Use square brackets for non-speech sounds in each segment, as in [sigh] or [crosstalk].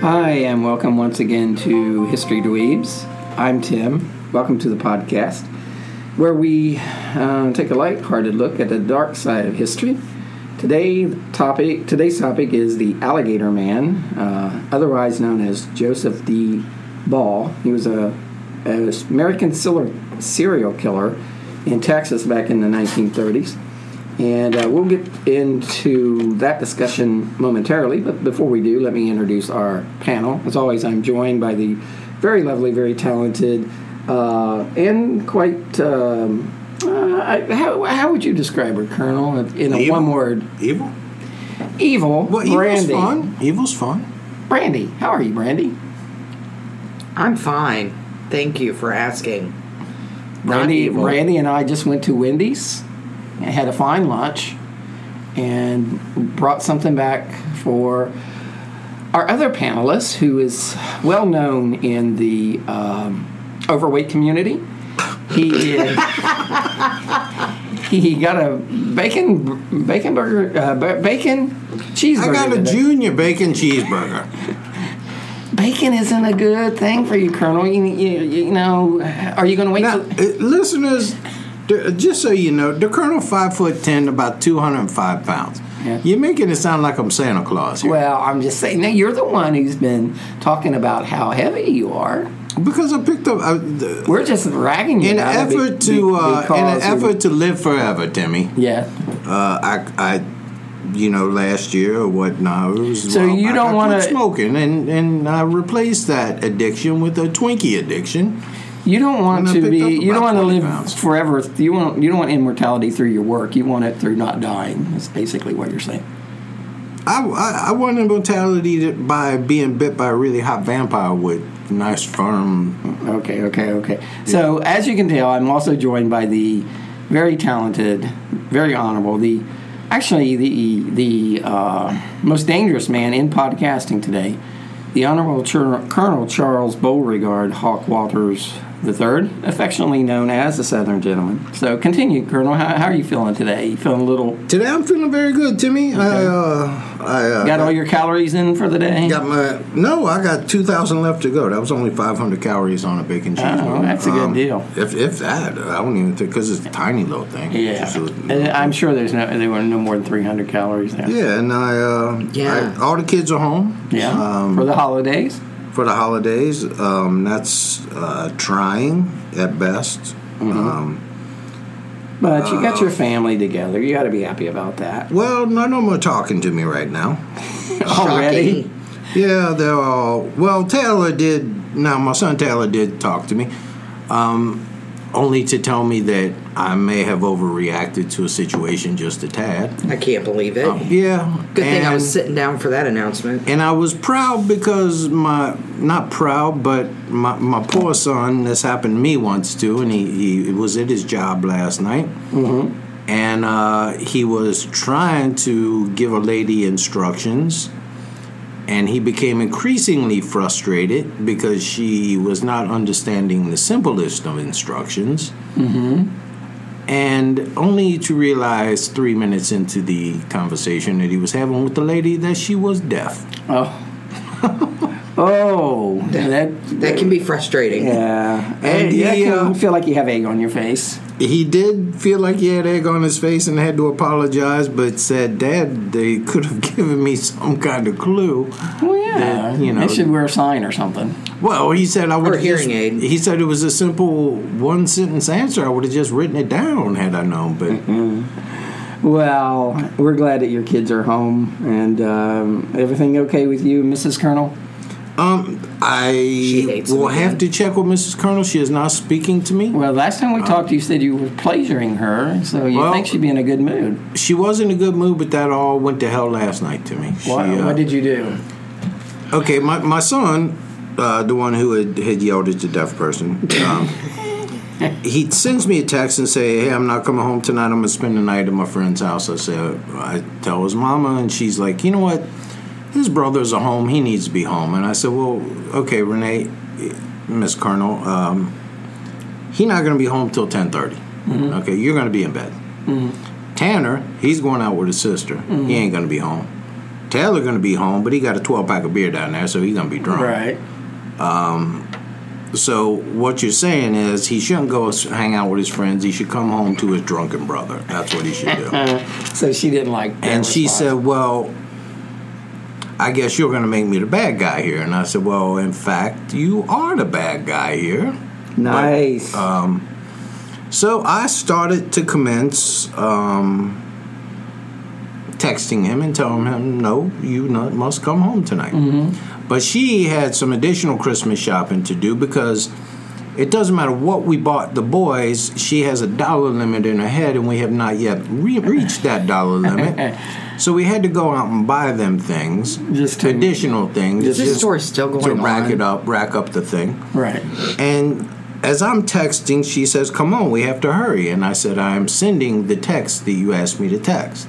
Hi, and welcome once again to History Dweebs. I'm Tim. Welcome to the podcast, where we uh, take a lighthearted look at the dark side of history. Today, topic today's topic is the Alligator Man, uh, otherwise known as Joseph D. Ball. He was a, an American serial- serial killer in Texas back in the 1930s. And uh, we'll get into that discussion momentarily. But before we do, let me introduce our panel. As always, I'm joined by the very lovely, very talented, uh, and quite. Um, uh, I- how, how would you describe her, Colonel, if- in a Evil. one word? Evil. Evil. Well, evil's Brandy. fun. Evil's fun. Brandy, how are you, Brandy? I'm fine. Thank you for asking. Randy, evil. Randy and I just went to Wendy's and had a fine lunch and brought something back for our other panelist who is well known in the um, overweight community. He is. He got a bacon, bacon burger, uh, ba- bacon cheeseburger. I got a today. junior bacon cheeseburger. Bacon isn't a good thing for you, Colonel. You, you, you know, are you going to wait? Now, till- uh, listeners, d- uh, just so you know, the Colonel five foot ten, about two hundred and five pounds. Yeah. You're making it sound like I'm Santa Claus here. Well, I'm just saying. Now you're the one who's been talking about how heavy you are. because I picked up uh, the, We're just ragging you. in an about it be- effort be- to uh, in an because effort of- to live forever, Timmy. yeah. Uh, I, I, you know, last year or whatnot. It was a So while you back, don't I quit wanna- smoking, and and I replaced that addiction with a Twinkie addiction. You don't want And I to picked be. up You don't about want to 20 live pounds. forever. You want. You don't want immortality through your work. You want it through not dying. That's basically what you're saying. I, I, I want immortality to- by being bit by a really hot vampire with nice firm. Okay. Okay. Okay. So as you can tell, I'm also joined by the very talented, very honorable, the actually the the uh, most dangerous man in podcasting today, the Honorable Chur- Colonel Charles Beauregard Hawk Walters III, affectionately known as the Southern Gentleman. So continue, Colonel. How, how are you feeling today? You feeling a little? Today I'm feeling very good, Timmy. I uh, I uh, Got all your calories in for the day? got my no. I got two thousand left to go. That was only five hundred calories um, on a bacon cheeseburger. Oh, that's a good deal. If if that, I don't even think because it's a tiny little thing. Yeah. It's a- And I'm sure there's no there were no more than 300 calories there. yeah, and I, uh, Yeah. I- all the kids are home. Yeah. um, for the holidays. for the holidays. Um, that's uh, trying at best. Um, But you got your family together. You got to be happy about that. Well, none of them are talking to me right now. [laughs] Already? Yeah, they're all. Well, Taylor did. Now, my son Taylor did talk to me, um, only to tell me that I may have overreacted to a situation just a tad. I can't believe it. Yeah. Good thing I was Oh. and- sitting down for that announcement. And I was proud because my not proud, but my, my poor son. This happened to me once too, and he, he was at his job last night, mm-hmm. and uh, he was trying to give a lady instructions, and he became increasingly frustrated because she was not understanding the simplest of instructions. And only to realize three minutes into the conversation that he was having with the lady that she was deaf. Oh. oh. That, That can be frustrating. Yeah. And And you he, can uh, feel like you have egg on your face. he did feel like he had egg on his face and had to apologize, but said, "Dad, they could have [laughs] given me some kind of clue." Well, Oh, yeah. They- you know- they should wear a sign or something. Well, he said I would have hearing aid. He said it was a simple one sentence answer. I would have just written it down had I known. But Mm-hmm. Well, we're glad that your kids are home and um, everything okay with you, Mrs. Colonel? um, I hates will me, have man. to check with Mrs. Colonel. She is not speaking to me. Well, last time we talked, you said you were pleasuring her, so you Well- think she'd be in a good mood. She was in a good mood, but that all went to hell last night to me. She, What, uh, what did you do? Okay, my, my son, uh, the one who had, had yelled at the deaf person, um, he sends me a text and say, "Hey, I'm not coming home tonight. I'm gonna spend the night at my friend's house." I say, I tell his mama, and she's like, "You know what? His brother's at home. He needs to be home." And I said, "Well, okay, Renee, Miss Colonel, um, he not gonna be home till 10:30. Okay, you're gonna be in bed." Tanner, he's going out with his sister. He ain't gonna be home. Taylor gonna be home, but he got a 12 pack of beer down there, so he's gonna be drunk. Right. So what you're saying is he shouldn't go s- hang out with his friends. He should come home to his drunken brother. That's what he should do. [laughs] So she didn't like. that and she response. said, "Well, I guess you're going to make me the bad guy here." And I said, "Well, in fact, you are the bad guy here." um, "Nice." So I started to commence um, texting him and telling him, "No, you not, must come home tonight." But she had some additional Christmas shopping to do because it doesn't matter what we bought the boys. She has a dollar limit in her head, and we have not yet re- reached that dollar limit. So we had to go out and buy them things, Just to- additional things. This story's still to going rack on. it up, rack up the thing. right. And as I'm texting, she says, Come on, we have to hurry. And I said, I'm sending the text that you asked me to text.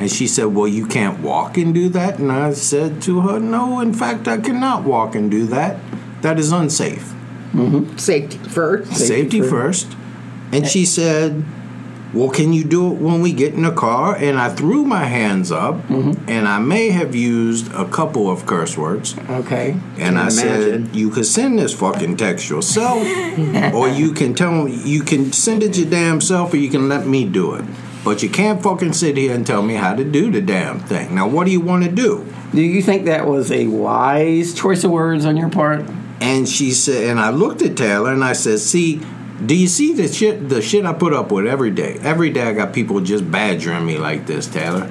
And she said, Well, you can't walk and do that. And I said to her, No, in fact, I cannot walk and do that. That is unsafe. Safety first. Safety, first. Eh. And she said, Well, can you do it when we get in the car? And I threw my hands up, and I may have used a couple of curse words. Okay. And I imagine. said, you can send this fucking text yourself, or you can tell you can send it your damn self, or you can let me do it. But you can't fucking sit here and tell me how to do the damn thing. Now, what do you want to do? Do you think that was a wise choice of words on your part? And she said, and I looked at Taylor and I said, see, do you see the shit the shit I put up with every day? Every day I got people just badgering me like this, Taylor.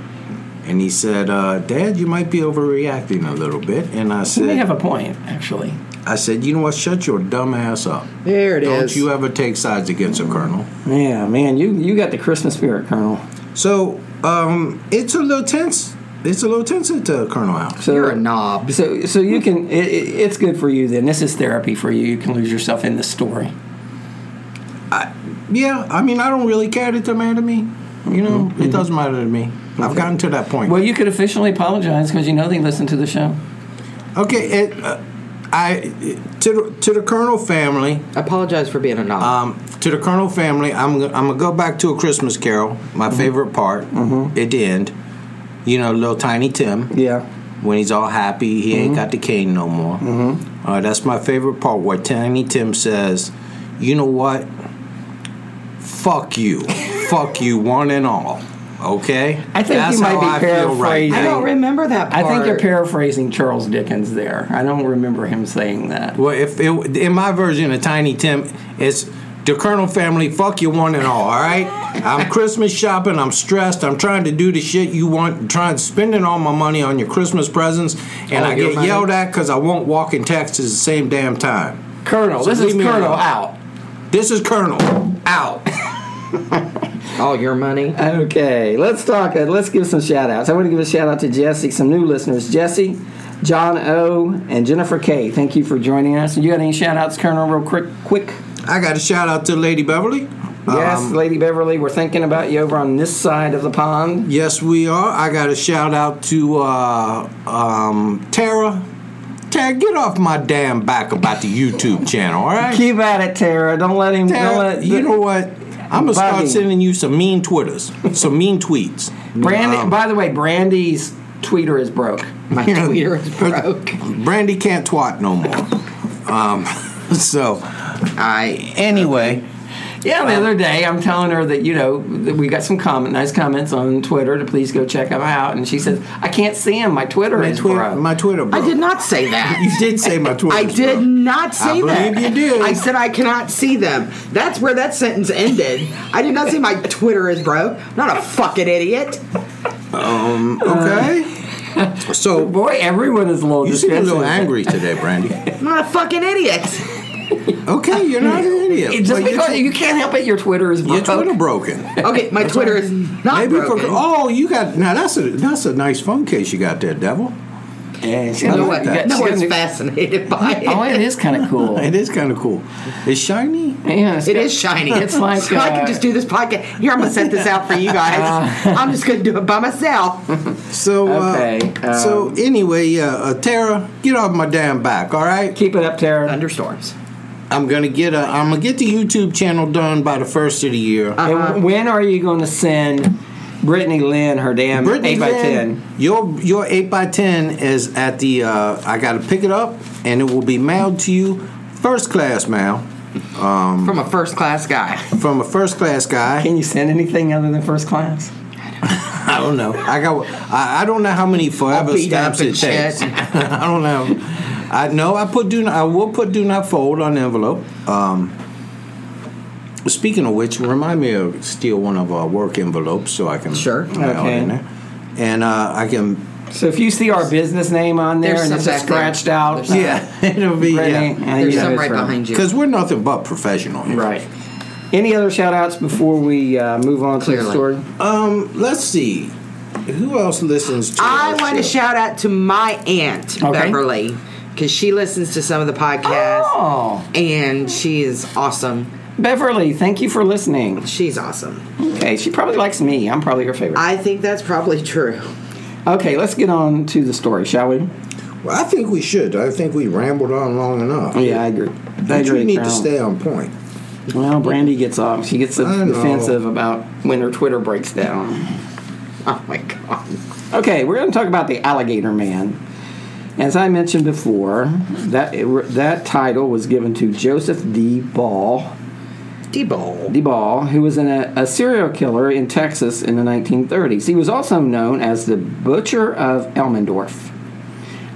And he said, uh, Dad, you might be overreacting a little bit. And You I may said, have a point, actually. I said, you know what? Shut your dumb ass up. There it is. Don't you ever take sides against a colonel. Yeah, man, you you got the Christmas spirit, Colonel. So um, it's a little tense. It's a little tense at the colonel house. So You're a knob. So so you can. It, it, it's good for you. Then this is therapy for you. You can lose yourself in the story. Yeah, I mean, I don't really care that they're mad at me. You know, it doesn't matter to me. I've gotten to that point. Well, you could officially apologize because you know they listen to the show. Okay, it, uh, I to the, to the colonel family. Apologize for being a knob. Um, to the Colonel family, I'm go- I'm gonna go back to a Christmas Carol, my favorite part at the end. You know, little tiny Tim. Yeah. when he's all happy, he Mm-hmm. ain't got the cane no more. Mm-hmm. Uh, that's my favorite part where Tiny Tim says, "You know what? Fuck you, fuck you, one and all." Okay, I think you might be paraphrasing. I don't remember that I part. think you're paraphrasing Charles Dickens there. I don't remember him saying that. Well, if it, in my version of Tiny Tim, it's the Colonel family, fuck you one and all. All right, I'm Christmas shopping. I'm stressed. I'm trying to do the shit you want. Trying spending all my money on your Christmas presents, and All I your get money? yelled at because I won't walk in Texas the same damn time. Colonel, Oh, So this leave is me Colonel alone. out. This is Colonel. Out. [laughs] All your money. Okay, let's talk. Uh, let's give some shout outs. I want to give a shout out to Jesse, some new listeners. Jesse, John O, and Jennifer K. Thank you for joining us. You got any shout outs, Colonel, real quick? quick? I got a shout out to Lady Beverly. Yes, Um, Lady Beverly, we're thinking about you over on this side of the pond. yes, we are. I got a shout out to uh, um, Tara. Tara, get off my damn back about the YouTube channel, all right? Keep at it, Tara. Don't let him. don't Tara, let, you know what? I'm gonna start Bugging. sending you some mean twitters, some [laughs] mean tweets. Brandy. Um, by the way, Brandy's tweeter is broke. My tweeter [laughs] is broke. Brandy can't [laughs] twat no more. Um, so, I anyway. Yeah, the other day I'm telling her that you know that we got some comment, nice comments on Twitter to please go check them out, and she says I can't see them. My Twitter My is Twitter, broke." my Twitter bro. I did not say that. You did say my Twitter. I did not I say that. believe you did. I said I cannot see them. That's where that sentence ended. I did not say my Twitter is broke. I'm not a fucking idiot. Okay. so Boy, everyone is a little. you seem a little dismissive. angry today, Brandy. I'm not a fucking idiot. Okay, you're not an idiot. It- just but your because tw- you can't help it, your Twitter is your broke. Twitter broken. Okay, my Twitter is not Maybe for broken. oh, you got now. That's a that's a nice phone case you got there, devil. Yeah, she I no, like like one- that. no She one's doesn't- fascinated by it. Oh, it is kind of cool. [laughs] It is kind of cool. It's shiny. [laughs] Yeah, it's It got- is shiny. [laughs] It's like so I uh, can just do this podcast. Here, I'm gonna set this out [laughs] for you guys. I'm just gonna do it by myself. So uh, Okay, um, so anyway, uh, uh, Tara, get off my damn back, all right? Keep it up, Uh, Tara. Thunderstorms. I'm gonna get a I'm gonna get the YouTube channel done by the first of the year. And when are you going to send Brittany Lynn her damn Brittany Mm-hmm. eight by ten? Your your eight by ten is at the. Uh, I got to pick it up, and it will be mailed to you, first class mail From a first class guy. from a first class guy. Can you send anything other than first class? I don't know. I got. I, I don't know how many forever beat up stamps it and shit. takes. [laughs] I don't know. I know. I put do. Not, I will put do not fold on the envelope. Um, speaking of which, remind me of steal one of our work envelopes so I can Sure. mail it Okay. in there. and uh, I can. So if you see our business name on there There's and it's some just back there. scratched out, uh, There's some. Yeah, uh, [laughs] it'll be Brittany, yeah. and There's you know some it's right her. behind you. Because we're nothing but professional here. Right. Any other shout outs before we uh, move on to the Clearly. story? Um, let's see. Who else listens to I our want show? to shout out to my aunt Okay. Beverly because she listens to some of the podcasts Oh, and she is awesome. Beverly, thank you for listening. She's awesome. Okay, she probably likes me. I'm probably her favorite. I think that's probably true. Okay, let's get on to the story, shall we? Well, I think we should. I think we rambled on long enough. Yeah, I agree. I But agree, you need to Carol. stay on point. Well, Brandy gets off. She gets I know. defensive about when her Twitter breaks down. [laughs] Oh my god. Okay, we're going to talk about the Alligator Man. As I mentioned before, that that title was given to Joseph D. Ball, Debo. DeBall, who was an, a, a serial killer in Texas in the 1930s. He was also known as the Butcher of Elmendorf.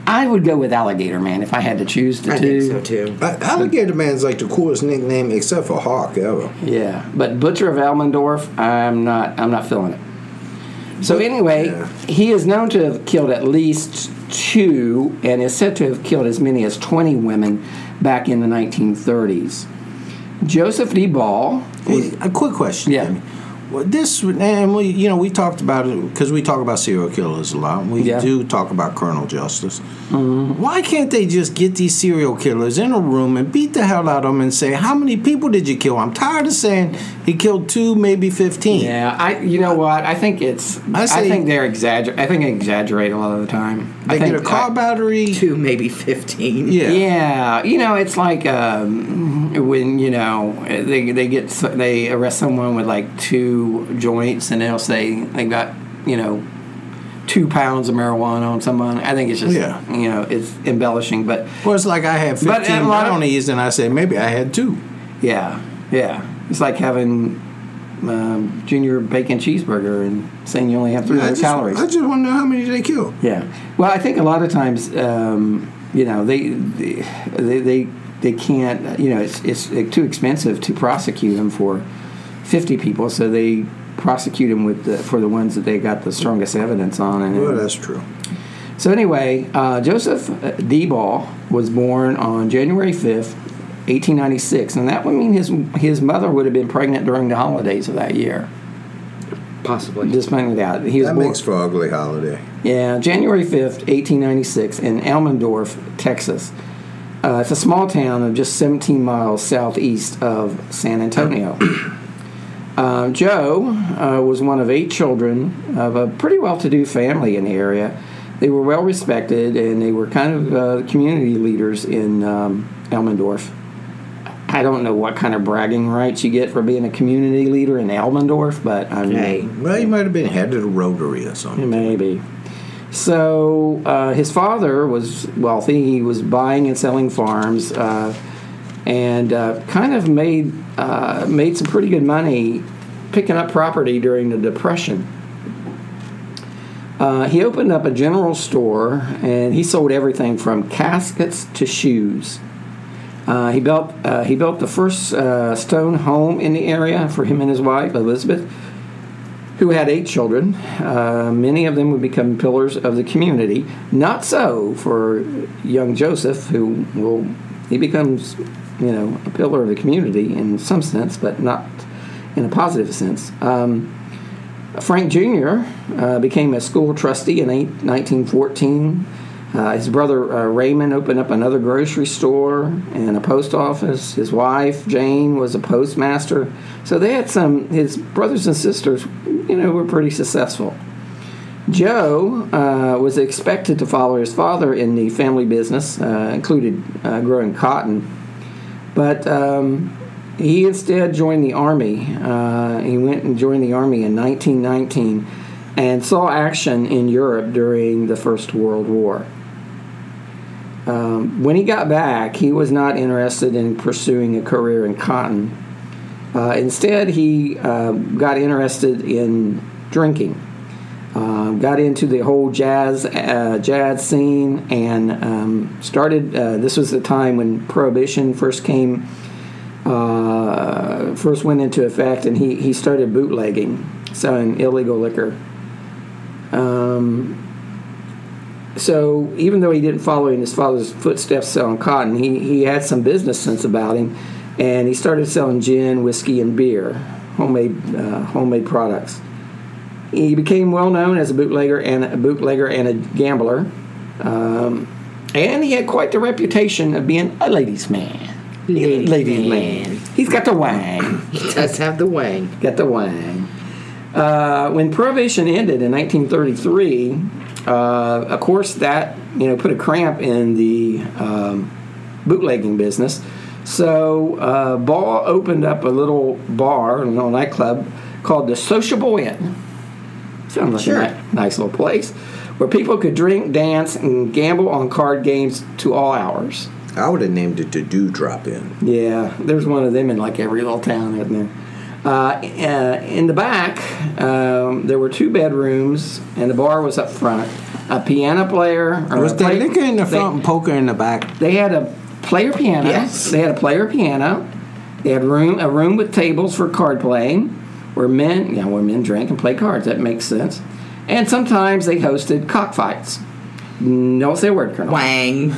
I would go with Alligator Man if I had to choose the I two. think so too. Uh, Alligator Man's like the coolest nickname except for Hawk ever. Yeah, but Butcher of Elmendorf, I'm not. I'm not feeling it. So anyway, yeah. he is known to have killed at least two, and is said to have killed as many as 20 women back in the 1930s. Joseph D. Ball, Hey, a quick question. Yeah. Jimmy. Well, this and we, you know, we talked about it because we talk about serial killers a lot. and We Yeah. Mm-hmm. do talk about criminal justice. Why can't they just get these serial killers in a room and beat the hell out of them and say, "How many people did you kill?" I'm tired of saying he killed two, maybe fifteen. yeah, I. You know what? I think it's. I, I say- think they're exagger. I think they exaggerate a lot of the time. They I think get a car I- battery. Two, maybe fifteen. Yeah. Yeah, you know, it's like um, when you know they they get so- they arrest someone with like two joints, and they'll say they got you know two pounds of marijuana on someone. I think it's just Yeah. you know it's embellishing, but Well, it's like I had But 15 a lot of- brownies, and I say maybe I had two. yeah, yeah, it's like having um, junior bacon cheeseburger and saying you only have three I just, calories. I just want to know how many they killed. Yeah. Well, I think a lot of times, um, you know, they they they they can't. You know, it's it's too expensive to prosecute them for fifty people, so they prosecute them with the, for the ones that they got the strongest evidence on. And Well, that's true. so anyway, uh, Joseph D. Ball was born on January fifth. 1896, and that would mean his his mother would have been pregnant during the holidays of that year. Possibly. Just finding that he was That born, makes for an ugly holiday. Yeah, January 5th, 1896, in Elmendorf, Texas. Uh, it's a small town of just 17 miles southeast of San Antonio. Uh, Joe uh, was one of eight children of a pretty well to do family in the area. They were well respected and they were kind of uh, community leaders in um, Elmendorf. I don't know what kind of bragging rights you get for being a community leader in Elmendorf, but I mean, Hey. Well, you might have been head of the Rotary or something. Maybe. So uh, his father was wealthy. He was buying and selling farms. Uh, and uh, kind of made uh, made some pretty good money picking up property during the Depression. Uh, he opened up a general store and he sold everything from caskets to shoes. Uh, he built uh, he built the first uh, stone home in the area for him and his wife Elizabeth, who had eight children. Uh, many of them would become pillars of the community. Not so for young Joseph, who will he becomes you know a pillar of the community in some sense, but not in a positive sense. Um, Frank Jr. Uh, became a school trustee in eight, 1914. Uh, his brother uh, Raymond opened up another grocery store and a post office. His wife Jane was a postmaster. So they had some. His brothers and sisters, you know, were pretty successful. Joe uh, was expected to follow his father in the family business, uh, included uh, growing cotton, but um, he instead joined the army. Uh, he went and joined the army in 1919 and saw action in Europe during the First World War. Um, when he got back, he was not interested in pursuing a career in cotton. Uh, instead, he uh, got interested in drinking. Um, got into the whole jazz uh, jazz scene and um, started. Uh, this was the time when prohibition first came, uh, first went into effect, and he he started bootlegging, selling illegal liquor. Um, so even though he didn't follow in his father's footsteps selling cotton, he, he had some business sense about him, and he started selling gin, whiskey, and beer, homemade uh, homemade products. He became well known as a bootlegger and a bootlegger and a gambler, um, and he had quite the reputation of being a ladies' man. Ladies' Ladies' man. He's got the wang. He does have the wang. Got the wang. Uh, when prohibition ended in 1933, uh, of course that you know put a cramp in the um, bootlegging business. So uh, Ball opened up a little bar, a little nightclub called the Sociable Inn. Sounds like Sure. a ni- nice little place where people could drink, dance, and gamble on card games to all hours. I would have named it to do drop in. Yeah, there's one of them in like every little town, isn't there? Uh, uh, in the back, um, there were two bedrooms, and the bar was up front. A piano player. Or Was a there play- liquor in the they- front and poker in the back? They, had a player piano. Yes. They had a player piano. They had room a room with tables for card playing, where men yeah where men drank and play cards. That makes sense. And sometimes they hosted cockfights. Don't say a word, Colonel. [laughs] Wang.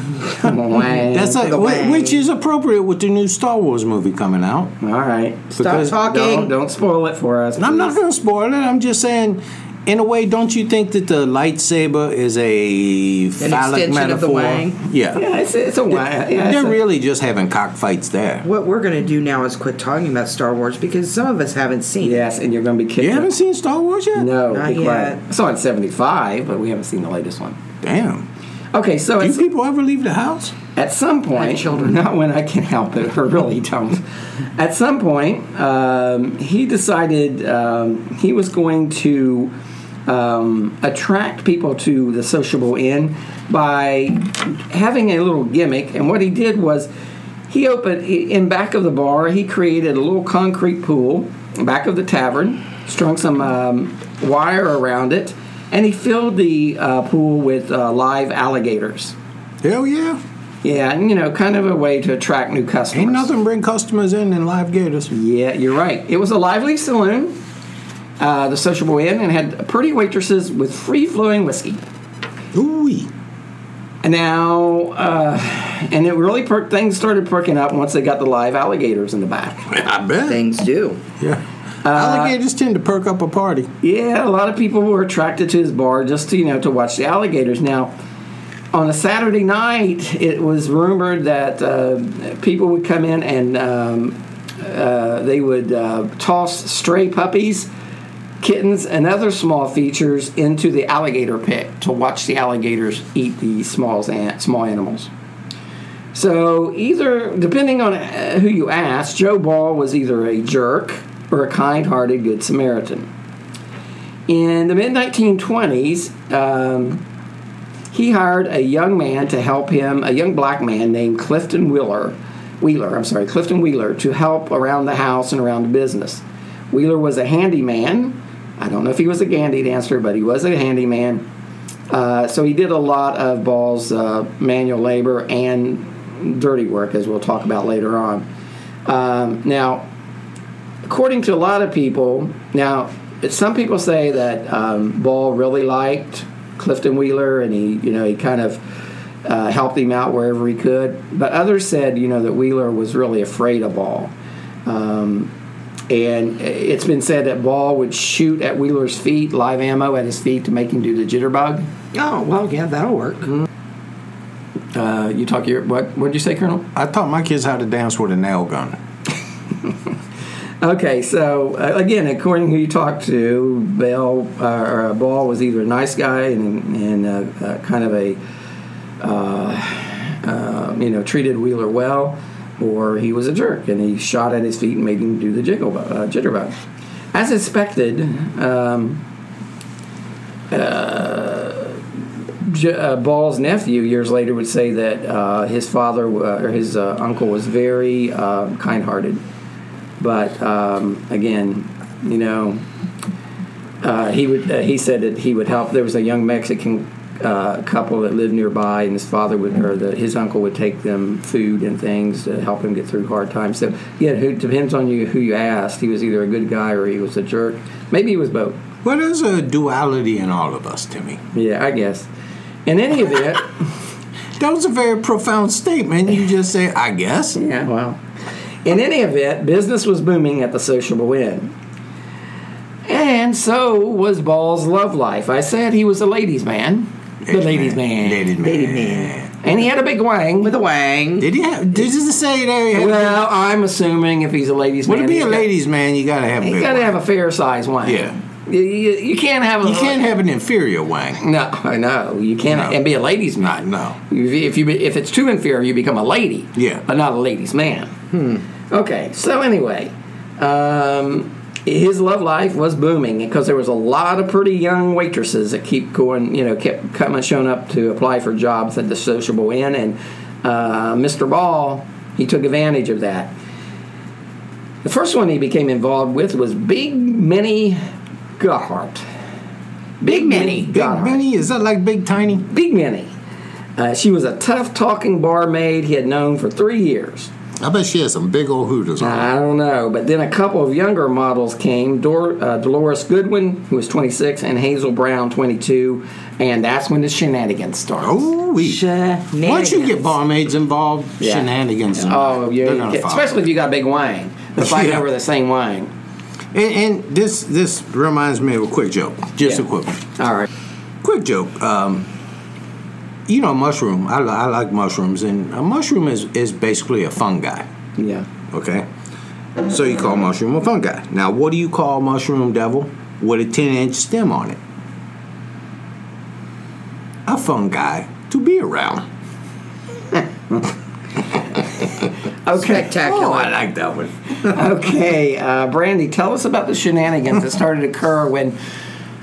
Wang. That's like, the whi- wang. which is appropriate with the new Star Wars movie coming out. all right. Stop Because- talking. Don't, don't spoil it for us. I'm not please. going to spoil it. I'm just saying, in a way, don't you think that the lightsaber is a phallic extension of the metaphor? wang? Yeah. Yeah, it's, it's a why. Yeah, it's They're a- really just having cockfights there. What we're going to do now is quit talking about Star Wars because some of us haven't seen it. yes, and you're going to be kicked. You haven't out. seen Star Wars yet? No, Not be yet. quiet. I saw it in '75, but we haven't seen the latest one. Damn. Okay, so Do you it's, people ever leave the house? at some point, [laughs] children. not when I can help it, or really don't. at some point, um, he decided um, he was going to um, attract people to the sociable inn by having a little gimmick. And what he did was he opened he- in back of the bar. He created a little concrete pool in back of the tavern, strung some um, wire around it, and he filled the uh, pool with uh, live alligators. Hell yeah. Yeah, and you know, kind of a way to attract new customers. Ain't nothing bring customers in than live gators. Yeah, you're right. It was a lively saloon, uh, the sociable inn, and had pretty waitresses with free flowing whiskey. Ooh. And now, uh, and it really per- things started perking up once they got the live alligators in the back. [laughs] I bet. Things do. Yeah. Uh, Alligators tend to perk up a party. Yeah, a lot of people were attracted to his bar just to you know to watch the alligators. Now, on a Saturday night, it was rumored that uh, people would come in and um, uh, they would uh, toss stray puppies, kittens, and other small features into the alligator pit to watch the alligators eat the small an- small animals. So either, depending on uh, who you ask, Joe Ball was either a jerk or a kind-hearted good Samaritan. In the mid 1920s, um, he hired a young man to help him, a young black man named Clifton Wheeler, Wheeler, I'm sorry, Clifton Wheeler, to help around the house and around the business. Wheeler was a handyman. I don't know if he was a Gandy dancer, but he was a handyman. Uh, so he did a lot of Ball's uh, manual labor and dirty work, as we'll talk about later on. Um, now, according to a lot of people, now some people say that um, Ball really liked Clifton Wheeler, and he, you know, he kind of uh, helped him out wherever he could. But others said, you know, that Wheeler was really afraid of Ball, um, and it's been said that Ball would shoot at Wheeler's feet, live ammo at his feet, to make him do the jitterbug. Oh well, yeah, that'll work. Uh, you talk your what? What did you say, Colonel? I taught my kids how to dance with a nail gun. Okay, so uh, again, according to who you talked to, Bell uh, or uh, Ball was either a nice guy and, and uh, uh, kind of a uh, uh, you know treated Wheeler well, or he was a jerk and he shot at his feet and made him do the jiggle uh, jitterbug. As expected, um, uh, J- uh, Ball's nephew years later would say that uh, his father uh, or his uh, uncle was very uh, kind-hearted, but um, again, you know, uh, he would uh, he said that he would help. There was a young Mexican uh, couple that lived nearby, and his father would or the, his uncle would take them food and things to help him get through hard times. So yeah, it depends on you who you asked. He was either a good guy or he was a jerk. Maybe he was both. Well, there's a duality in all of us, Timmy. Yeah, I guess. In any event. That was a very profound statement. You just say, I guess. Yeah, well. In any event, business was booming at the sociable inn. And so was Ball's love life. I said he was a ladies' man. The ladies' man. Ladies man. Lady man And he had a big wang. with a wang. Did he have? Did you say there? he had- Well, I'm assuming if he's a ladies' Well, man. to be he's a got- ladies' man, you gotta have a He's big got to wang. have a fair size wang. Yeah. You, you, you can't have a. You can't have an inferior wang. No, I know. You can't No. and be a ladies' man. No. If if you be- if it's too inferior, you become a lady. Yeah. but not a ladies' man. Okay. So anyway, um, his love life was booming because there was a lot of pretty young waitresses that keep going. You know, kept coming, showing up to apply for jobs at the sociable inn, and uh, Mr. Ball he took advantage of that. The first one he became involved with was Big Minnie Gohart. Big Minnie Big Gohart. Benny? Is that like Big Tiny? Big Minnie. Uh, she was a tough talking barmaid he had known for three years. I bet she has some big old hooters on. I don't know, but then a couple of younger models came Dor- uh, Dolores Goodwin, who was 26, and Hazel Brown, 22, and that's when the shenanigans started. Oh, we. Shenanigans. Once you get barmaids involved, shenanigans. Oh, involved. yeah. They're you gonna get- follow. especially if you got a big wang. The fight [laughs] Yeah. over the same wang. And, and this this reminds me of a quick joke. Just a quick, one. All right. quick joke. Um, you know, mushroom. I, li- I like mushrooms, and a mushroom is is basically a fungi. Yeah. Okay, so you call mushroom a fungi. Now, what do you call mushroom devil with a ten inch stem on it? A fungi to be around. Okay. Spectacular. Oh, I like that one. Okay, uh, Brandy, tell us about the shenanigans that started to occur when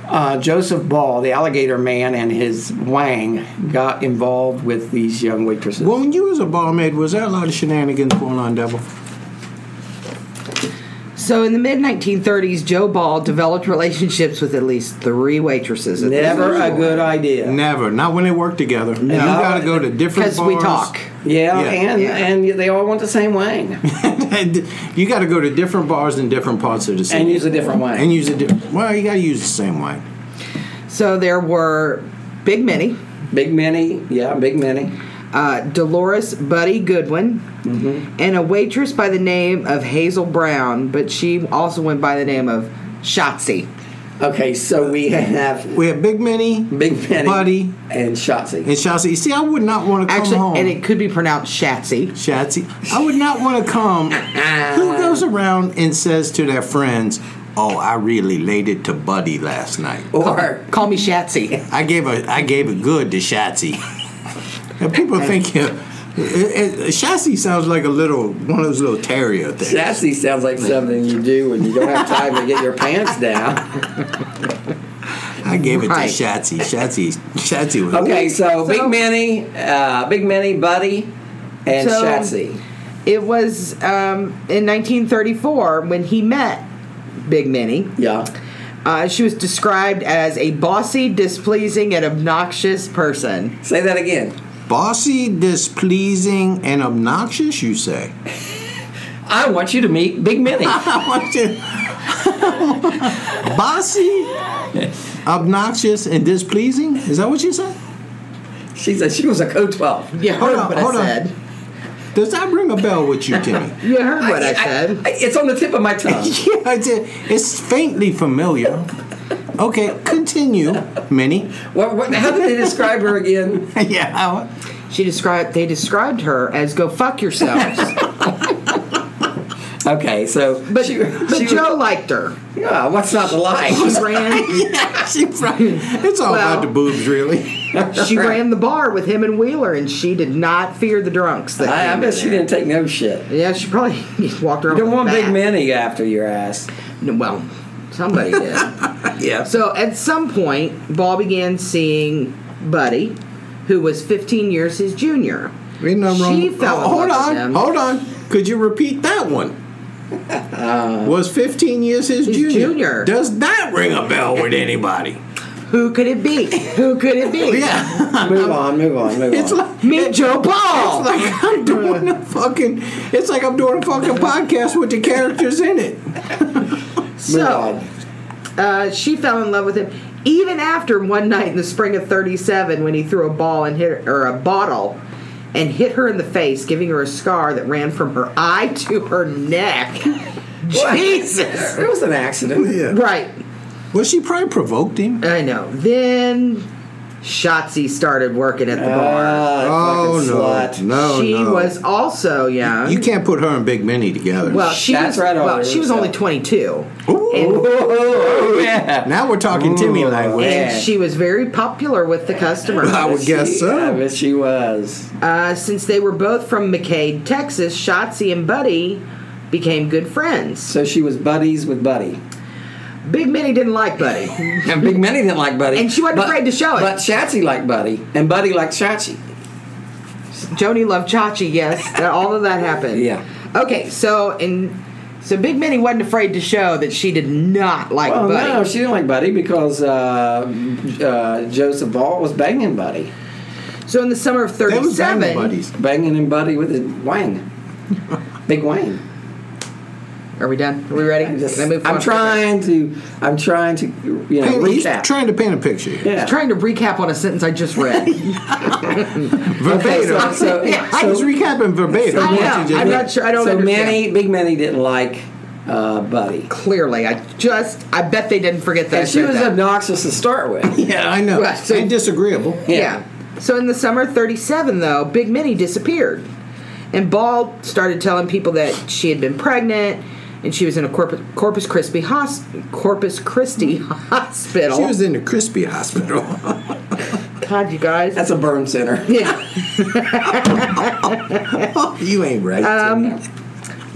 uh, Joseph Ball, the alligator man, and his wang got involved with these young waitresses. Well, [laughs] when you was a barmaid, was there a lot of shenanigans going on, devil? So in the mid 1930s, Joe Ball developed relationships with at least three waitresses. at this Never a restaurant. good idea. Never. Not when they work together. You gotta go to different because bars. we talk. Yeah, Yeah. and Yeah. and they all want the same [laughs] wang And you gotta go to different bars in different parts of the city. and use a different wang. And use a different. Well, you gotta use the same wine. So there were Big Minnie, Big Minnie, yeah, Big Minnie. uh, Dolores Buddy Goodwin, and a waitress by the name of Hazel Brown, but she also went by the name of Shotzi. Okay, so we have We have Big Minnie, Big Minnie, Buddy, and Shotzi. and Shotzi. See, I would not want to come Actually, home. and it could be pronounced Shatzy. Shotzi, I would not want to [laughs] come. Who goes around and says to their friends, "Oh, I really related to Buddy last night." Or Call me Shatsy. [laughs] I gave a I gave a good to Shotzi. and people think [laughs] you. It, it, Shotzi sounds like a little one of those little terrier things. Shotzi sounds like something you do when you don't have time to get your pants down. I gave it Right. to Shotzi. Shotzi. Shotzi was Okay, so, So- Big Minnie, uh, Big Minnie, Buddy, and So- Shatsy. It was um, in 1934 when he met Big Minnie. Yeah. Uh, she was described as a bossy, displeasing, and obnoxious person. Say that again. Bossy, displeasing, and obnoxious, you say? [laughs] I want you to meet Big Minnie. I want you. [laughs] Bossy, obnoxious, and displeasing? Is that what you said? [laughs] she said she was a code 12. You Hold heard on, what hold I on. said. Does that ring a bell with you, Timmy? You heard what I, said. it's on the tip of my [laughs] tongue. yeah, I did. It's faintly familiar. Okay, continue, Minnie. [laughs] what, what, how did they describe her again? yeah, I- she described. They described her as "go fuck yourselves," Okay, so. but she, but she was- Joe liked her. yeah, [laughs] what's not to like? She ran. [laughs] she probably, it's all Well- about the boobs, really. she ran the bar with him and Wheeler, and she did not fear the drunks. That I, I came bet in she there. didn't take no shit. Yeah, she probably [laughs] walked around. You don't with a want Big bat. Minnie after your ass. No, Well, somebody did. [laughs] Yeah. So at some point, Ball began seeing Buddy, who was 15 years his junior. Ain't nothing wrong. She with- fell Oh, hold in love on, with him. hold on. Could you repeat that one? Was 15 years his, Uh, His junior. junior. Does that ring a bell with [laughs] anybody? Who could [laughs] it be? Who could it be? Yeah. [laughs] Move on, move on, move It's on. like Meet Joe It's Ball. like [laughs] I'm doing a fucking. It's like I'm doing a fucking podcast with the characters in it. move so on. uh, she fell in love with him even after one night in the spring of 37 when he threw a ball and hit her, or a bottle and hit her in the face, giving her a scar that ran from her eye to her neck. [laughs] Jesus. It was an accident. Right. Well, she probably provoked him. I know. Then Shotzi started working at the bar. Ah, fucking slut. Uh, oh, no, she was also young. You can't put her and Big Minnie together. well, she That's was, right on well, she was herself. only 22. Ooh. And, Oh, yeah. now we're talking Timmy language. yeah. and she was very popular with the customers. [laughs] I would guess I so. bet she was. Uh, since they were both from McCade, Texas, Shotzi and Buddy became good friends. So she was buddies with Buddy. Big Minnie didn't like Buddy. [laughs] And Big Minnie didn't like Buddy. And she wasn't but- afraid to show it. But Shatsy liked Buddy. And Buddy liked Shatsy. Joni loved Chachi, yes. That- All of that happened. Yeah. Okay, so and so Big Minnie wasn't afraid to show that she did not like Well, Buddy. no, she didn't like Buddy because uh, uh, Joseph Ball was banging Buddy. So in the summer of They was banging 37, buddies. Banging him Buddy with his wang. Big wang. are we done? Are we ready? I'm, just, Can I move I'm on? trying to, I'm trying to, you know, Paint- He's recap. trying to paint a picture. here. yeah. Trying to recap on a sentence I just read. [laughs] Okay, Verbatim. so, so, [laughs] Yeah, I was so- recapping verbatim. I what you know. just I'm did. not sure. I don't so understand. Manny, Big Manny didn't like uh, Buddy. Clearly, I just I bet they didn't forget that. I And she said was that. obnoxious to start [laughs] with. Yeah, I know. Right, so- and disagreeable. yeah. yeah. So in the summer of 37, though, Big Minnie disappeared, and Ball started telling people that she had been pregnant. And she was in a Corpus, Corpus Christi hos, Corpus Christi [laughs] hospital. She was in the crispy hospital. [laughs] God, you guys. That's a burn center. yeah. you ain't right. Um,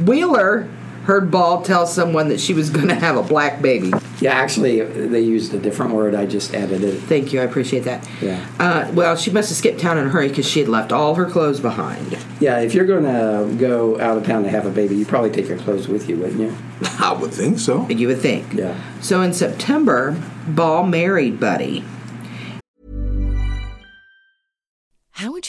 Wheeler heard Ball tell someone that she was going to have a black baby. Yeah, actually, they used a different word. I just added it. Thank you, I appreciate that. Yeah. Uh, well, she must have skipped town in a hurry because she had left all her clothes behind. Yeah, if you're going to go out of town to have a baby, you probably take your clothes with you, wouldn't you? [laughs] I would think so. You would think. Yeah. So in September, Ball married Buddy. How would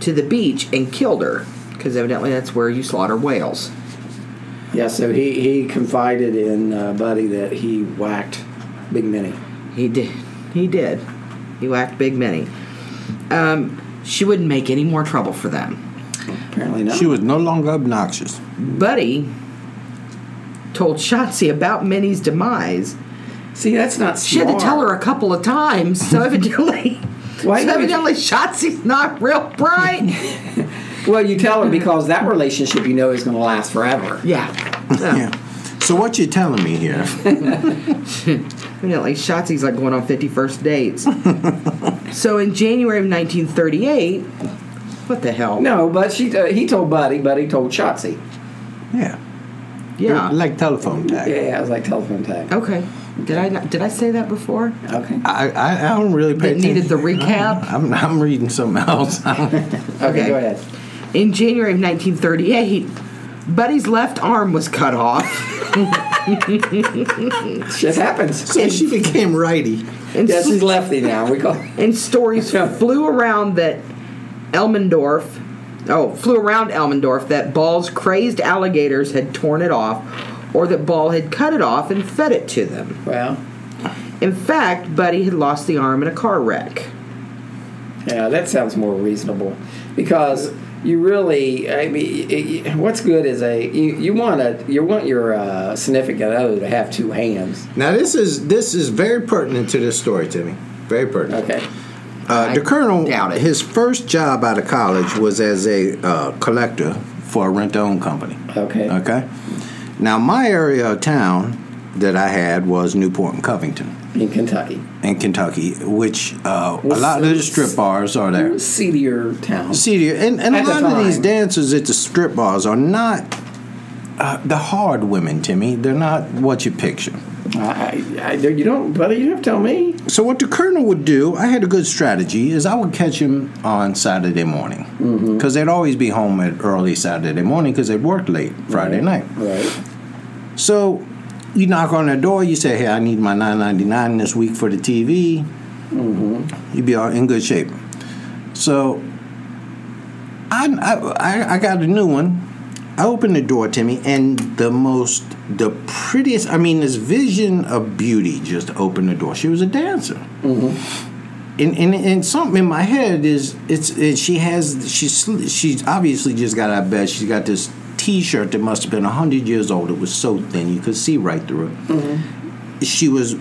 to the beach and killed her because evidently that's where you slaughter whales. Yeah, so he, he confided in uh, Buddy that he whacked Big Minnie. He did. He did. He whacked Big Minnie. Um, she wouldn't make any more trouble for them. Apparently not. She was no longer obnoxious. Buddy told Shotzi about Minnie's demise. See, that's not smart. She had to tell her a couple of times, so [laughs] evidently, Why would so you- evidently Shotzi's not real bright. [laughs] Well, you tell her [laughs] because that relationship you know is going to last forever. yeah. Yeah. So what you telling me [laughs] here? Evidently, Shotzi's like going on 51st dates. so in January of 1938, what the hell? No, but she uh, he told Buddy, Buddy told Shotzi. yeah. Yeah. Like telephone tag. Yeah, yeah, it was like telephone tag. okay. Did I not, did I say that before? Okay. I, I, I don't really pay That needed the attention. recap. I'm, I'm reading something else. [laughs] Okay, go ahead. In January of 1938, Buddy's left arm was cut off. Shit happens. so she became righty. And, Yeah, s- she's lefty now. We call. and stories flew around that Elmendorf, oh, flew around Elmendorf that Ball's crazed alligators had torn it off or that Ball had cut it off and fed it to them. Well, In fact, Buddy had lost the arm in a car wreck. yeah, that sounds more reasonable because you really, I mean, it- it- what's good is a you, you want a you want your uh, significant other to have two hands. Now this is this is very pertinent to this story, Timmy. Very pertinent. Okay. Uh, the colonel, doubt it. his first job out of college was as a uh, collector for a rent-to-own company. Okay. Okay. Now my area of town that I had was Newport and Covington In Kentucky, in Kentucky, which uh, a Was- lot of the strip bars are there. seedier town. See, and, and Mm. a At the lot of these time. dancers at the strip bars are not uh, the hard women, Timmy. They're not what you picture. I, I, you don't, buddy. You don't tell me. So what the colonel would do, I had a good strategy, is I would catch him on Saturday morning because they'd always be home at early Saturday morning because they'd work late Friday night. Right. So you knock on their door, you say, "Hey, I need my 9.99 this week for the TV." You'd be all in good shape. So I, I I- I got a new one. I opened the door, Timmy, and the most, the prettiest. I mean, this vision of beauty just opened the door. She was a dancer. And, and, and something in my head is it's it, she has she's sl- she's obviously just got out of bed. She's got this T-shirt that must have been hundred years old. It was so thin you could see right through it. She was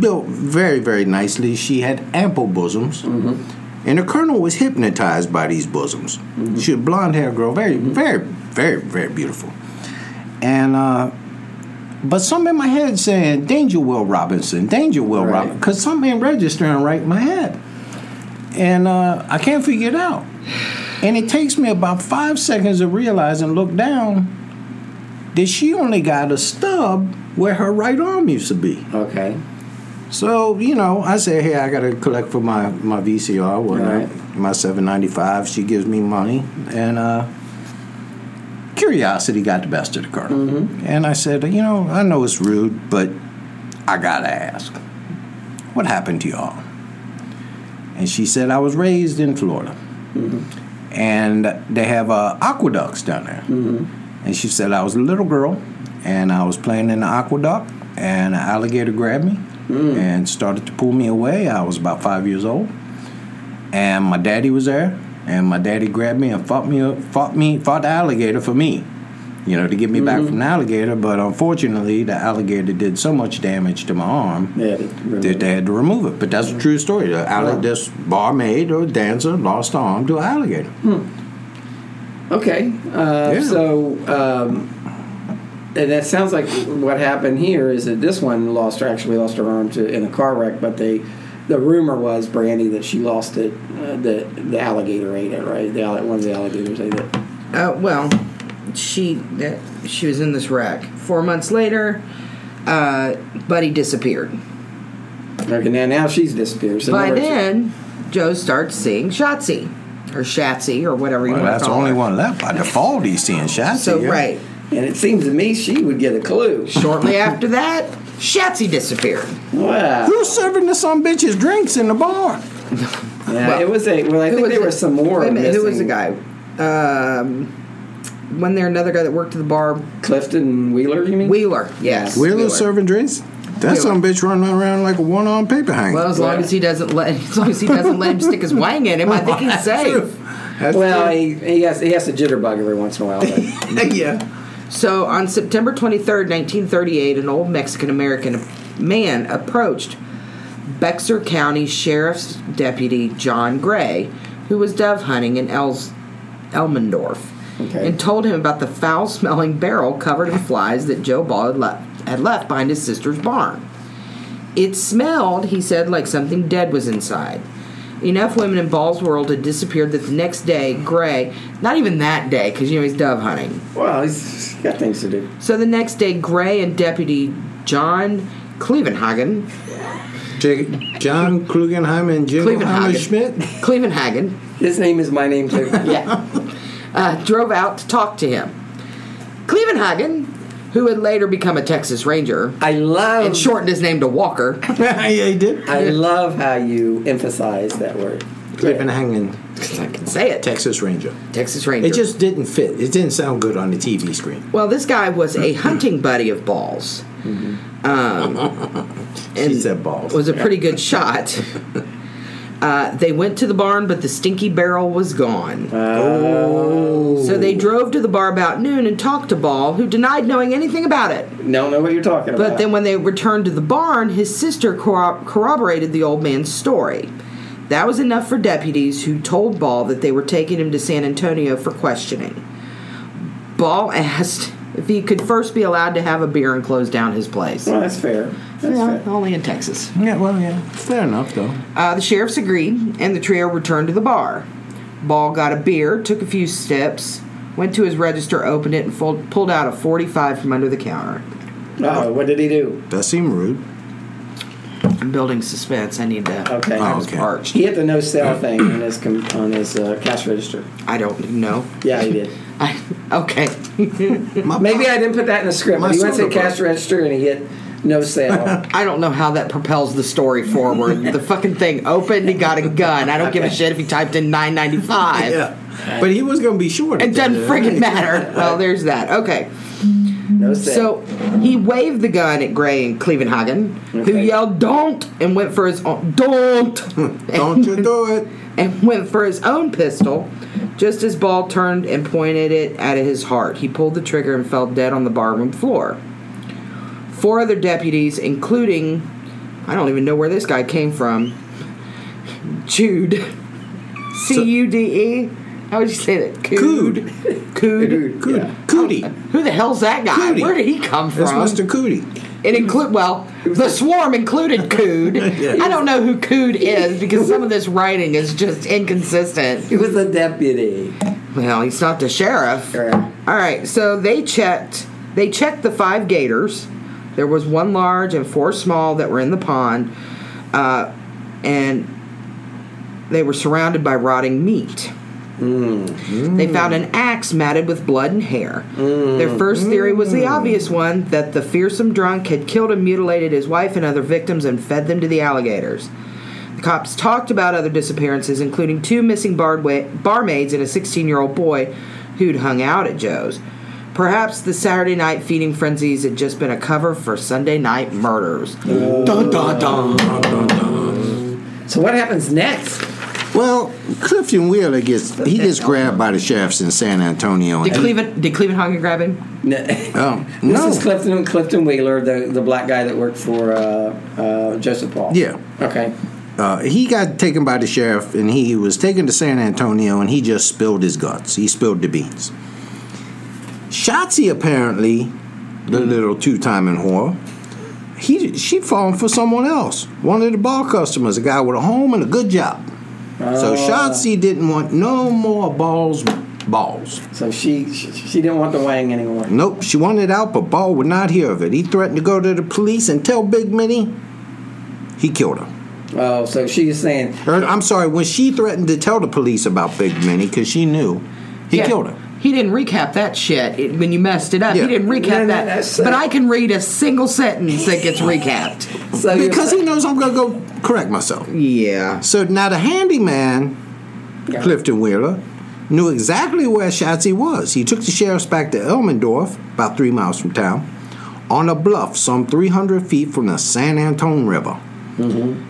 built very very nicely. She had ample bosoms, and the colonel was hypnotized by these bosoms. She had blonde hair, girl, very very very very beautiful, and. uh but something in my head saying, Danger Will Robinson, Danger Will Right. Robinson, because something ain't registering right in my head. And uh, I can't figure it out. And it takes me about five seconds to realize and look down that she only got a stub where her right arm used to be. Okay. So, you know, I say, hey, I got to collect for my, my VCR, whatnot, Right. my 795 She gives me money. And uh, curiosity got the best of the colonel. And I said, you know, I know it's rude, but I got to ask. What happened to y'all? And she said, I was raised in Florida. And they have uh, aqueducts down there. And she said, I was a little girl and I was playing in the aqueduct and an alligator grabbed me and started to pull me away. I was about five years old. And my daddy was there and my daddy grabbed me and fought me, up- fought me, fought the alligator for me. You know, to get me back from the alligator, but unfortunately, the alligator did so much damage to my arm Yeah. they remember. that they had to remove it. But that's a true story. The alli- This barmaid or dancer lost her arm to an alligator. Okay. Uh, Yeah. So um, And it sounds like what happened here is that this one lost her actually lost her arm to in a car wreck, but they. The rumor was Brandy that she lost it. Uh, the the alligator ate it, right? The alli- one of the alligators ate it. Uh, well, she that she was in this wreck. Four months later, uh, Buddy disappeared. Okay, now now she's disappeared. So in By other words- then, Joe starts seeing Shotzi, or Shatsy, or whatever you Well, want to that's the call only her. one left by default. He's seeing Shotzi. So yeah. right, and it seems to me she would get a clue. shortly after that, Shatsy disappeared. Wow. Who's serving the some bitches drinks in the bar? Yeah, Well, it was a. Well, I Who think there it? were some more. Wait a minute, who was the missing. guy? Um, when there another guy that worked at the bar, Clifton Wheeler, you mean? Wheeler. Yes, Wheeler, serving drinks. That some bitch running around like a one arm paper hanger. Well, as long as he doesn't let [laughs] as long as he doesn't let him stick his wang in him, I [laughs] think he's safe. That's Well, he, he has he has to jitterbug every once in a while. But [laughs] [laughs] yeah. So on September 23rd, 1938, an old Mexican American man approached Bexar County Sheriff's Deputy John Gray, who was dove hunting in Els- Elmendorf, Okay. and told him about the foul smelling barrel covered in flies that Joe Ball had left, had left behind his sister's barn. It smelled, he said, like something dead was inside. Enough women in Ball's world had disappeared that the next day, Gray, not even that day, because you know he's dove hunting. well, he's got things to do. So the next day, Gray and Deputy John Clevenhagen, Jake- John Klugenheim and Jim Klugenhagen. Schmidt. [laughs] Clevenhagen, His name is my name too. yeah, uh, drove out to talk to him. Clevenhagen, who had later become a Texas Ranger I love. Oh. and shortened his name to Walker, yeah, he did. I love how you emphasize that word. Clipping hanging I can say it, Texas Ranger. Texas Ranger. It just didn't fit. It didn't sound good on the TV screen. well, this guy was a hunting buddy of Ball's. Mm-hmm. Um, [laughs] She said balls. was a pretty good [laughs] shot. Uh, they went to the barn, but the stinky barrel was gone. Oh. So they drove to the bar about noon and talked to Ball, who denied knowing anything about it. Don't know what you're talking about. But then when they returned to the barn, his sister corro- corroborated the old man's story. That was enough for deputies who told Ball that they were taking him to San Antonio for questioning. Ball asked if he could first be allowed to have a beer and close down his place. well, that's fair. That's Yeah, fair. only in Texas. yeah, well, yeah. Fair enough, though. Uh, the sheriffs agreed, and the trio returned to the bar. Ball got a beer, took a few sips, went to his register, opened it, and fold, pulled out a 45 from under the counter. Oh, what did he do? That seemed rude. I'm building suspense. I need to. Okay. I was Okay. parched. He hit the no sell thing on his com- on his uh, cash register. I don't know. Yeah, he did. I, okay. My Maybe I didn't put that in the script. But he went to the soda cash register and he hit no [laughs] sell. I don't know how that propels the story forward. the fucking thing opened. He got a gun. I don't give a shit if he typed in 995. Yeah. But he was going to be short. It doesn't friggin' friggin' matter. Well, there's that. Okay. no sell. So he waved the gun at Gray and Clevenhagen, who Okay. yelled "Don't!" and went for his own "Don't!" Don't you do it. [laughs] and went for his own pistol. Just as Ball turned and pointed it at his heart, he pulled the trigger and fell dead on the barroom floor. Four other deputies, including I don't even know where this guy came from, [laughs] Jude, C U D E. How would you say that? Cood. Cood. Good. Cootie. Who the hell's that guy? Cootie. Where did he come from? That's Mr. Cootie. It include well, the swarm included Cood. I don't know who Cood is because some of this writing is just he inconsistent. was a deputy. Well, he's not the sheriff. Yeah. All right, so they checked. They checked the five gators. There was one large and four small that were in the pond, uh, and they were surrounded by rotting meat. They found an axe matted with blood and hair. Their first theory was Mm. the obvious one that the fearsome drunk had killed and mutilated his wife and other victims and fed them to the alligators. The cops talked about other disappearances, including two missing bar- barmaids and a 16 year old boy who'd hung out at Joe's. Perhaps the Saturday night feeding frenzies had just been a cover for Sunday night murders. Dun, dun, dun, dun, dun, dun. So what happens next? Well, Clifton Wheeler gets he gets grabbed by the sheriffs in San Antonio. Did And, Cleveland, did Cleveland Hunger grab him? No. um, [laughs] This no, is Clifton Clifton Wheeler, the the black guy that worked for uh, uh, Joseph Paul. Yeah. Okay. uh, he got taken by the sheriff, and he was taken to San Antonio, and he just spilled his guts. He spilled the beans. Shotzi apparently the little two-timing whore. He she falling for someone else. One of the bar customers, a guy with a home and a good job. so Shotzi didn't want no more balls, balls. So she she, she didn't want the wang anymore. Nope, she wanted out, but Ball would not hear of it. He threatened to go to the police and tell Big Minnie. He killed her. Oh, so she's saying Or, I'm sorry, when she threatened to tell the police about Big Minnie, because she knew, he Yeah. killed her. He didn't recap that shit it- when you messed it up. Yeah. He didn't recap No, no, that. that's- uh, but I can read a single sentence that gets recapped. so you're Because sa- he knows I'm going to go correct myself. Yeah. So now the handyman, Clifton Wheeler, knew exactly where Shotzi was. He took the sheriffs back to Elmendorf, about three miles from town, on a bluff some 300 feet from the San Antone River. Mm-hmm.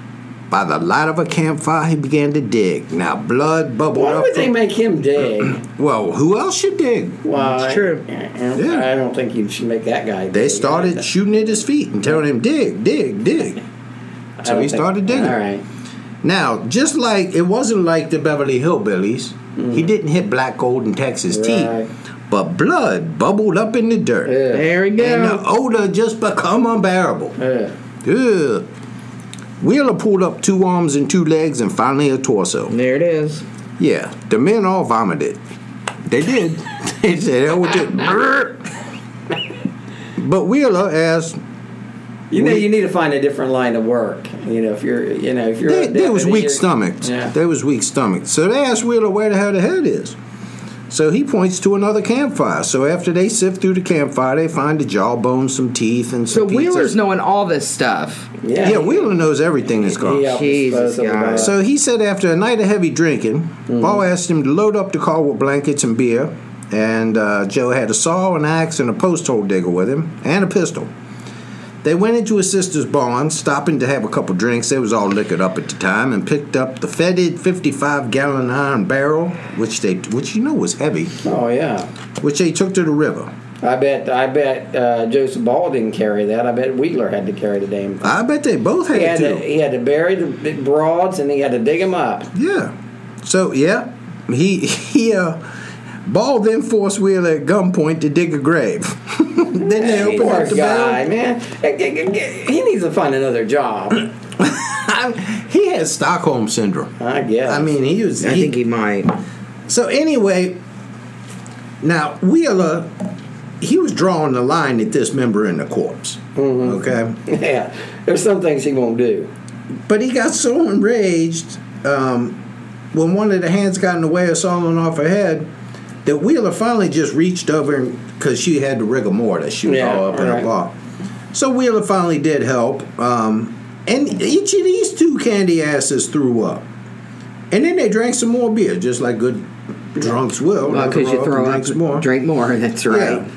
By the light of a campfire, he began to dig. Now blood bubbled why up. would they from- make him dig? well, who else should dig? Why? It's true. I, I- Yeah. I don't think you should make that guy. They dig. started shooting at his feet and telling him, dig, dig, dig. I So don't he think- started digging. All right. Now, just like it wasn't like the Beverly Hillbillies, he didn't hit black gold in Texas Right. teeth, but blood bubbled up in the dirt. There we And go. the odor just become unbearable. Yeah. Ugh. Wheeler pulled up two arms and two legs and finally a torso. There it is. Yeah, the men all vomited. They did. [laughs] they said, "Hell with it." [laughs] but Wheeler asked, You know, We- you need to find a different line of work. You know, if you're, you know, if you're, they, a they was deputy, weak you're- stomachs. Yeah. They was weak stomachs. So they asked Wheeler where the hell the head is. So he points to another campfire. So after they sift through the campfire, they find the jawbone, some teeth, and So some pizza. Wheeler's knowing all this stuff. yeah. Yeah, Wheeler knows everything that's gone. He helped Jesus, dispose of the God. dog. So he said after a night of heavy drinking, Ball asked him to load up the car with blankets and beer, and uh, Joe had a saw, an axe, and a post hole digger with him, and a pistol. They went into his sister's barn, stopping to have a couple drinks. They was all liquored up at the time, and picked up the fetid 55-gallon iron barrel, which they, which you know was heavy, oh yeah. which they took to the river. I bet I bet uh, Joseph Ball didn't carry that. I bet Wheeler had to carry the damn thing. I bet they both had, He had to, to. he had to bury the big broads and he had to dig them up. Yeah. So yeah, he he uh, Ball then forced Wheeler at gunpoint to dig a grave. [laughs] then they opened Poor up the guy, barrel. man. He needs to find another job. [laughs] He had Stockholm syndrome. [clears throat] I guess. I mean, he was. I think he might. So anyway, now Wheeler, he was drawing the line at dismembering the corpse. Okay, yeah. There's some things he won't do. but he got so enraged um, when one of the hands got in the way of sawing off her head that Wheeler finally just reached over and because she had the rigor mortis, she was Yeah, all up in alright. her bar. So Wheeler finally did help, um, and each of these two candy asses threw up, and then they drank some more beer, just like good drunks will. Well, They because you up throw and up, drinks more. drink more. [laughs] That's right. Yeah.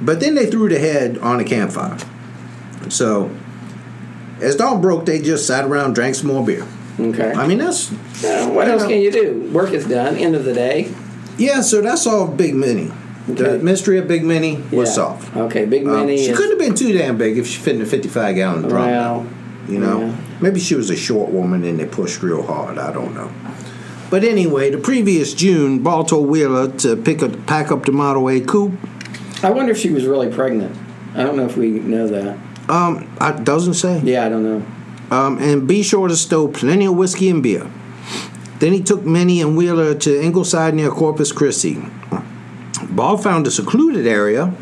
But then they threw the head on a campfire. So as dawn broke, they just sat around, drank some more beer. Okay. I mean, that's Uh, what else can you do? Work is done. End of the day. yeah. So that's all Big Minnie. The Okay. mystery of Big Minnie was Yeah. solved. Okay. Big Um, Minnie. she is, couldn't have been too damn big if she fit in a fifty-five gallon drum. Well, you know, yeah. maybe she was a short woman and they pushed real hard. I don't know. But anyway, the previous June, Ball told Wheeler to pick a, pack up the Model A coupe. I wonder if she was really pregnant. I don't know if we know that. Um, I, doesn't say. Yeah, I don't know. um, and be sure to stow plenty of whiskey and beer. Then he took Minnie and Wheeler to Ingleside near Corpus Christi. Ball found a secluded area,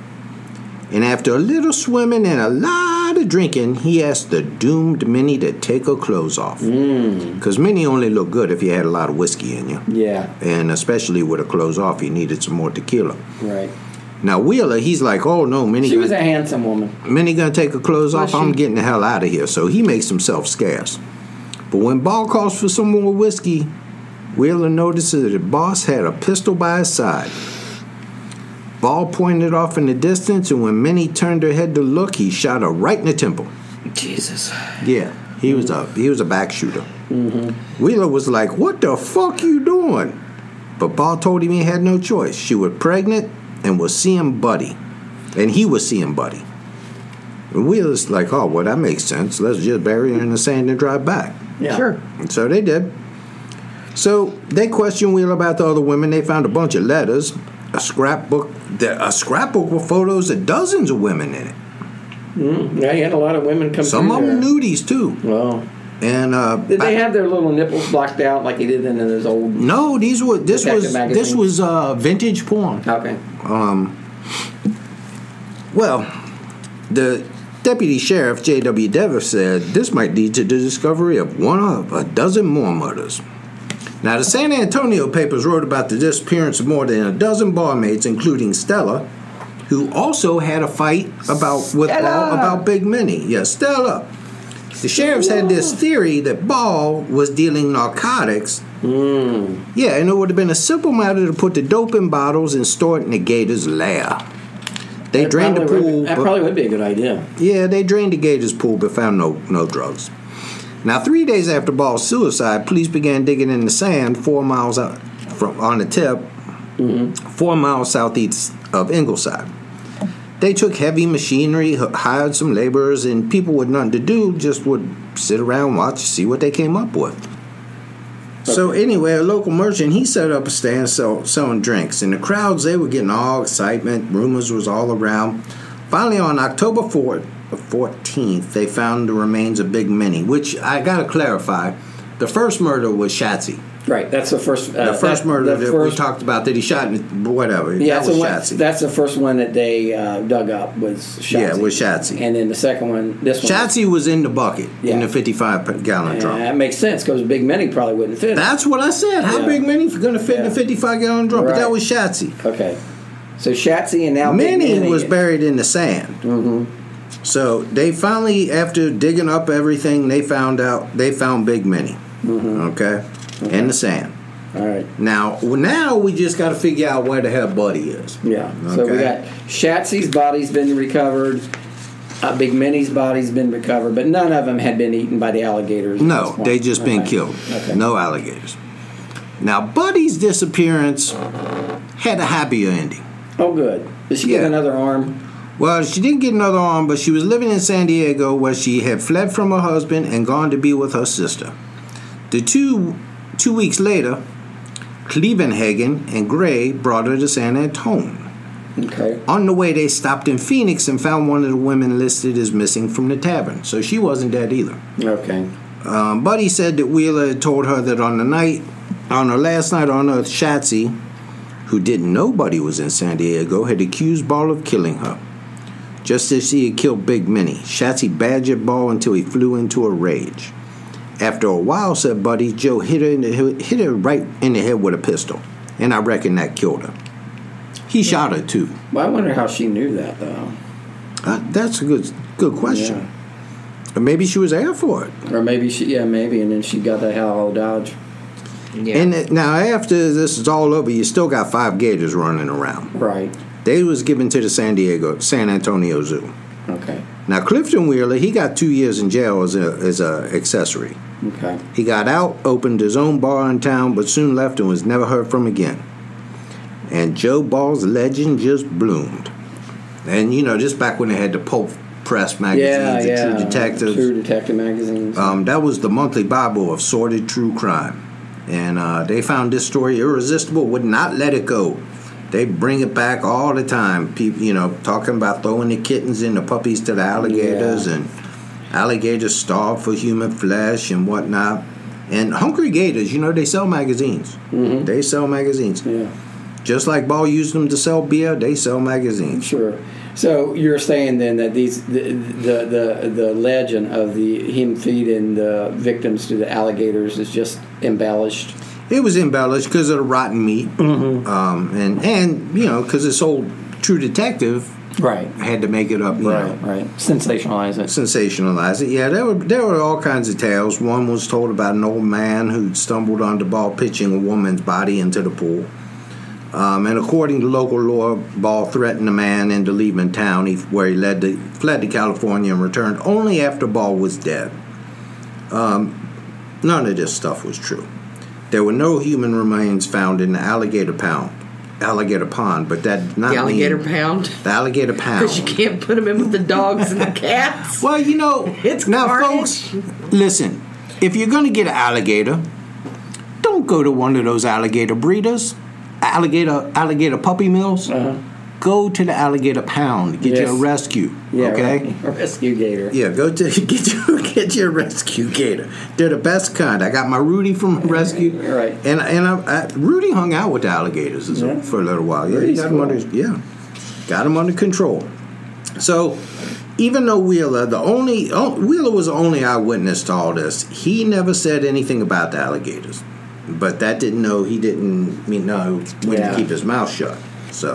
and after a little swimming and a lot of drinking, he asked the doomed Minnie to take her clothes off. Mm. Because Minnie only looked good if you had a lot of whiskey in you. Yeah. And especially with her clothes off, he needed some more tequila. Right. Now, Wheeler, he's like, oh no, Minnie. She was a gonna- handsome woman. Minnie gonna take her clothes off. I'm getting the hell out of here. So he makes himself scarce. But when Ball calls for some more whiskey, Wheeler notices that the boss had a pistol by his side. Ball pointed off in the distance, and when Minnie turned her head to look, he shot her right in the temple. Jesus. Yeah, he was a he was a back shooter. Mm-hmm. Wheeler was like, "What the fuck you doing?" But Ball told him he had no choice. She was pregnant and was seeing Buddy, and he was seeing Buddy. And Wheeler's like, "Oh, well, that makes sense. Let's just bury her in the sand and drive back." Yeah. Sure. And so they did. So they questioned Wheeler about the other women. They found a bunch of letters, a scrapbook, that a scrapbook with photos of dozens of women in it. Mm-hmm. Yeah, you had a lot of women come. Some through of them there. nudies too. Well, And uh, did back- they have their little nipples blocked out like they did in those old? no, these were this Detective was this magazine? was uh, vintage porn. Um, Okay. Well, the deputy sheriff J.W. Dever said this might lead to the discovery of one of a dozen more murders. Now, the San Antonio papers wrote about the disappearance of more than a dozen barmaids, including Stella, who also had a fight about with Ball about Big Minnie. Yes, Stella. The sheriffs had this theory that Ball was dealing narcotics. Hmm. Yeah, and it would have been a simple matter to put the dope in bottles and store it in the gator's lair. They That drained the probably would- pool. that but- probably would be a good idea. yeah, they drained the Gators pool but found no, no drugs. Now, three days after Ball's suicide, police began digging in the sand four miles out from on the tip, four miles southeast of Ingleside. They took heavy machinery, h- hired some laborers, and people with nothing to do just would sit around, watch, see what they came up with. So anyway, a local merchant he set up a stand sell, selling drinks, and the crowds they were getting all excitement. Rumors was all around. Finally, on October fourth, fourteenth, they found the remains of Big Minnie, which I gotta clarify. The first murder was Shatsy. Right. That's the first. Uh, The first that- murder the that first- we talked about that he shot, in, whatever. Yeah, that so was one- Shatsy. that's the first one that they uh, dug up was Shotzi. Yeah, was Shotzi. And then the second one, this one. Shatsy was in the bucket Yeah. in the fifty-five gallon And drum. that makes sense because Big Many probably wouldn't fit. That's what I said. How Yeah. big Minnie going to fit in a Yeah. fifty-five gallon drum? But that Right. was Shatsy. okay. So Shotzi and now Big Minnie was buried. buried in the sand. Mm-hmm. So they finally, after digging up everything, they found out they found Big Minnie. Mm-hmm. Okay? in the sand. All right. Now, well, now we just got to figure out where the hell Buddy is. Yeah. So we Okay. got Shotzi's body's been recovered. Uh, Big Minnie's body's been recovered, but none of them had been eaten by the alligators. at this No, point. they just been Okay. killed. Okay. No alligators. Now, Buddy's disappearance had a happier ending. Oh, good. Did she Yeah. get another arm? Well, she didn't get another arm, but she was living in San Diego where she had fled from her husband and gone to be with her sister. The two two weeks later, Klevenhagen and Gray brought her to San Antonio. Okay. On the way, they stopped in Phoenix and found one of the women listed as missing from the tavern, so she wasn't dead either. Okay. Um, Buddy said that Wheeler had told her that on the night, on her last night on Earth, Shatsy, who didn't know Buddy was in San Diego, had accused Ball of killing her. Just as she had killed Big Minnie, Shatsy badgered Ball until he flew into a rage. After a while, said Buddy, Joe hit her, in the, hit her right in the head with a pistol, and I reckon that killed her. He shot her too. Well, I wonder how she knew that though, Uh, that's a good good question. Or maybe she was there for it. or maybe she, yeah, maybe, and then she got that Hal Dodge. And it- now, after this is all over, you still got five gators running around. Right. They was given to the San Diego, San Antonio Zoo. Okay. Now, Clifton Wheeler, he got two years in jail as a, as a accessory. Okay. He got out, opened his own bar in town, but soon left and was never heard from again. And Joe Ball's legend just bloomed. And you know, just back when they had the Pulp Press magazines, Yeah, the yeah. True Detectives, True Detective magazines. um, that was the monthly Bible of sordid true crime. And uh, they found this story irresistible, would not let it go. They bring it back all the time. People, you know, talking about throwing the kittens and the puppies to the alligators, Yeah. and alligators starve for human flesh and whatnot. And hungry gators, you know, they sell magazines. They sell magazines. Mm-hmm. yeah. Just like Ball used them to sell beer, they sell magazines. Sure. So you're saying then that these the the the, the legend of the him feeding the victims to the alligators is just embellished. It was embellished because of the rotten meat, um, and and you know because this old True Detective Right. had to make it up, you know, Right. Right. Sensationalize it. sensationalize it. Yeah, there were there were all kinds of tales. One was told about an old man who stumbled onto ball pitching a woman's body into the pool. Um, and according to local law, Ball threatened the man into leaving town, he, where he led to, fled to California and returned only after Ball was dead. Um, none of this stuff was true. There were no human remains found in the alligator pound, alligator pond, but that did not The alligator mean, pound. [laughs] The alligator pound. Because you can't put them in with the dogs [laughs] and the cats. Well, [laughs] you know, It's now, carnage. folks. Listen, if you're going to get an alligator, don't go to one of those alligator breeders. alligator alligator puppy mills, go to the alligator pound. Get Uh-huh. Yes. your rescue. Yeah, okay. right. A [laughs] rescue gator. [laughs] Yeah, go to get your get your rescue gator. They're the best kind. I got my Rudy [laughs] from Rescue. Right. And and I, I, Rudy hung out with the alligators as a- Yeah. for a little while. Yeah, he Rudy's got 'em under, cool. yeah, got him under control. So even though Wheeler, the only oh, Wheeler was the only eyewitness to all this, he never said anything about the alligators. But that didn't know he didn't mean no when Yeah. to keep his mouth shut. So.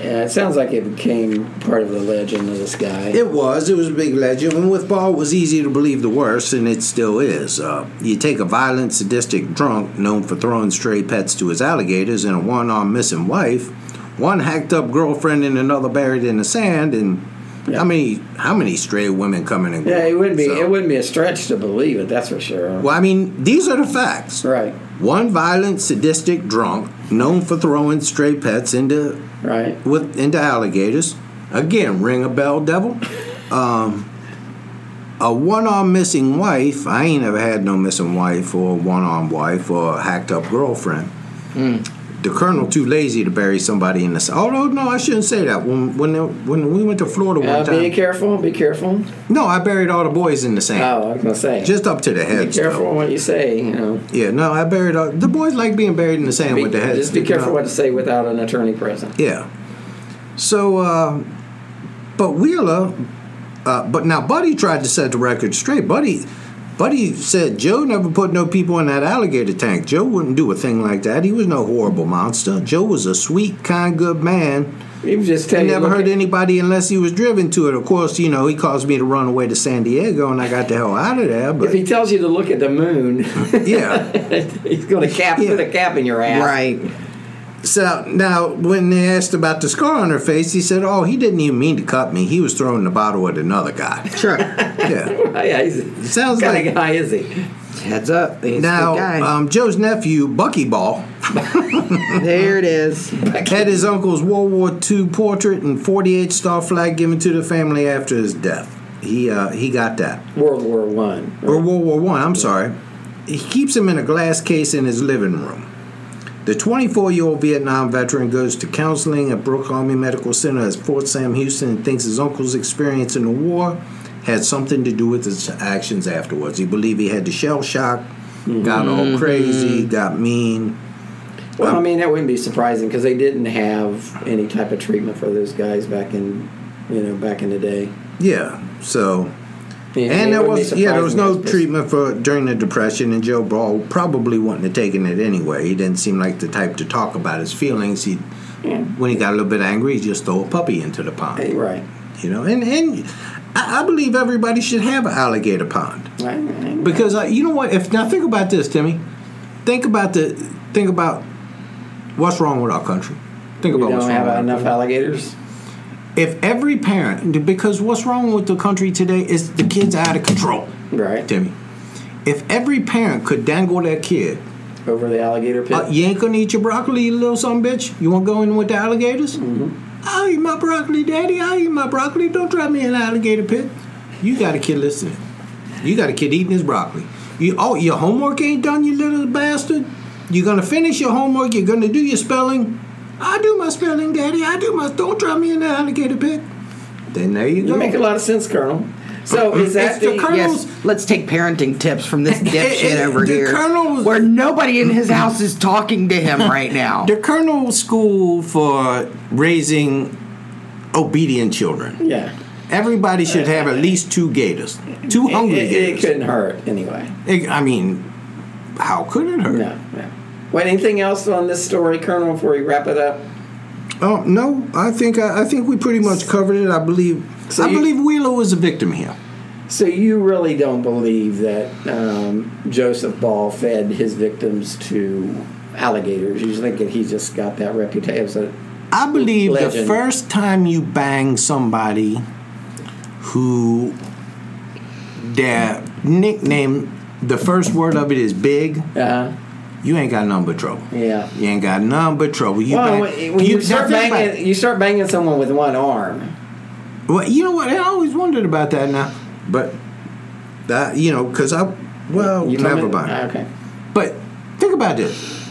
Yeah, it sounds like it became part of the legend of this guy. It was. It was a big legend. And with Ball, it was easy to believe the worst, and it still is. Uh, you take a violent, sadistic drunk known for throwing stray pets to his alligators and a one armed missing wife, one hacked up girlfriend, and another buried in the sand, and how many how many stray women coming and yeah, going? it wouldn't be. So- It wouldn't be a stretch to believe it. That's for sure. Well, I mean, these are the facts. Right. One violent, sadistic drunk known for throwing stray pets into Right. with into alligators. Again, ring a bell, devil. Um, a one-arm missing wife. I ain't ever had no missing wife or one-armed wife or hacked-up girlfriend. Hmm. The colonel too lazy to bury somebody in the. s- Although no, I shouldn't say that. When when when we went to Florida one Uh, be time, careful. Be careful. no, I buried all the boys in the sand, Oh, I was gonna say. just up to the be heads. careful though. what you say. You know. Yeah, no, I buried all the boys like being buried in the sand Be- with the heads. just be you careful know. what to say without an attorney present. Yeah. So, uh, but Wheeler, uh, but now Buddy tried to set the record straight. Buddy, Buddy said Joe never put no people in that alligator tank. Joe wouldn't do a thing like that. He was no horrible monster. Joe was a sweet, kind, good man. He was just He telling you. never look hurt at- anybody unless he was driven to it. Of course, you know he caused me to run away to San Diego, and I got the hell out of there. If he But tells you to look at the moon, [laughs] yeah. [laughs] he's going to cap Yeah. put a cap in your ass. Right. So now, when they asked about the scar on her face, he said, "Oh, he didn't even mean to cut me. He was throwing the bottle at another guy." Sure. Yeah. [laughs] Oh, Yeah, he's, Sounds what kind like- of guy is he? Heads up. He's a good Now, guy. um, Joe's nephew, Bucky Ball, um, [laughs] there it is. had his uncle's World War II portrait and 48 star flag given to the family after his death. He uh, he got that. World War One. Or World War One. I'm sorry. He keeps him in a glass case in his living room. The 24-year-old Vietnam veteran goes to counseling at Brook Army Medical Center at Fort Sam Houston and thinks his uncle's experience in the war had something to do with his actions afterwards. He believed he had the shell shock, got all crazy, got mean. Well, I mean that wouldn't be surprising because they didn't have any type of treatment for those guys back in, you know, back in the day. Yeah. So Yeah, it and there wouldn't be was yeah there was surprising no if this- treatment for during the depression, and Joe Ball probably wouldn't have taken it anyway. He didn't seem like the type to talk about his feelings. He when he got a little bit angry, he just threw a puppy into the pond. Hey, Right. You know, and and I, I believe everybody should have an alligator pond Right, right. because uh, you know what? If now think about this, Timmy, think about the think about what's wrong with our country. Think We about what's don't wrong with our have enough country. alligators. If every parent, because what's wrong with the country today is the kids are out of control. Right. Timmy. If every parent could dangle their kid, Over the alligator pit. uh, you ain't gonna eat your broccoli, you little son bitch. You want to go in with the alligators? Mm-hmm. I'll eat my broccoli, daddy. I'll eat my broccoli. Don't drop me in an alligator pit. You got a kid listening. You got a kid eating his broccoli. You oh, your homework ain't done, you little bastard. You're gonna finish your homework. You're gonna do your spelling. I do my spelling, daddy. I do my. Don't drop me in the alligator pit. Then there you go. You make a lot of sense, Colonel. So is that Uh, It's the colonel- Yes, let's take parenting tips [laughs] from this dipshit over the here, colonel's- where nobody in his house is talking to him [laughs] right now. The Colonel School for raising obedient children. Yeah. Everybody should have at least two gators, two It, hungry it- it gators. couldn't hurt anyway. It- I mean, how could it hurt? No, no. Wait, anything else on this story, Colonel, before we wrap it up? Oh no, I think I, I think we pretty much covered it. I believe So I you- believe Wheeler was a victim here. So you really don't believe that um, Joseph Ball fed his victims to alligators? You think that he just got that reputation? I believe the Legend. first time you bang somebody who their nickname, the first word of it is big. Uh, You ain't got nothing but trouble. Yeah. You ain't got nothing but trouble. You well, bang- when, when you, start now think about banging, it. you start banging someone with one arm. Well, you know what? I always wondered about that now. But that you know, because I well, You Uh, told me- never mind. Okay. But think about this.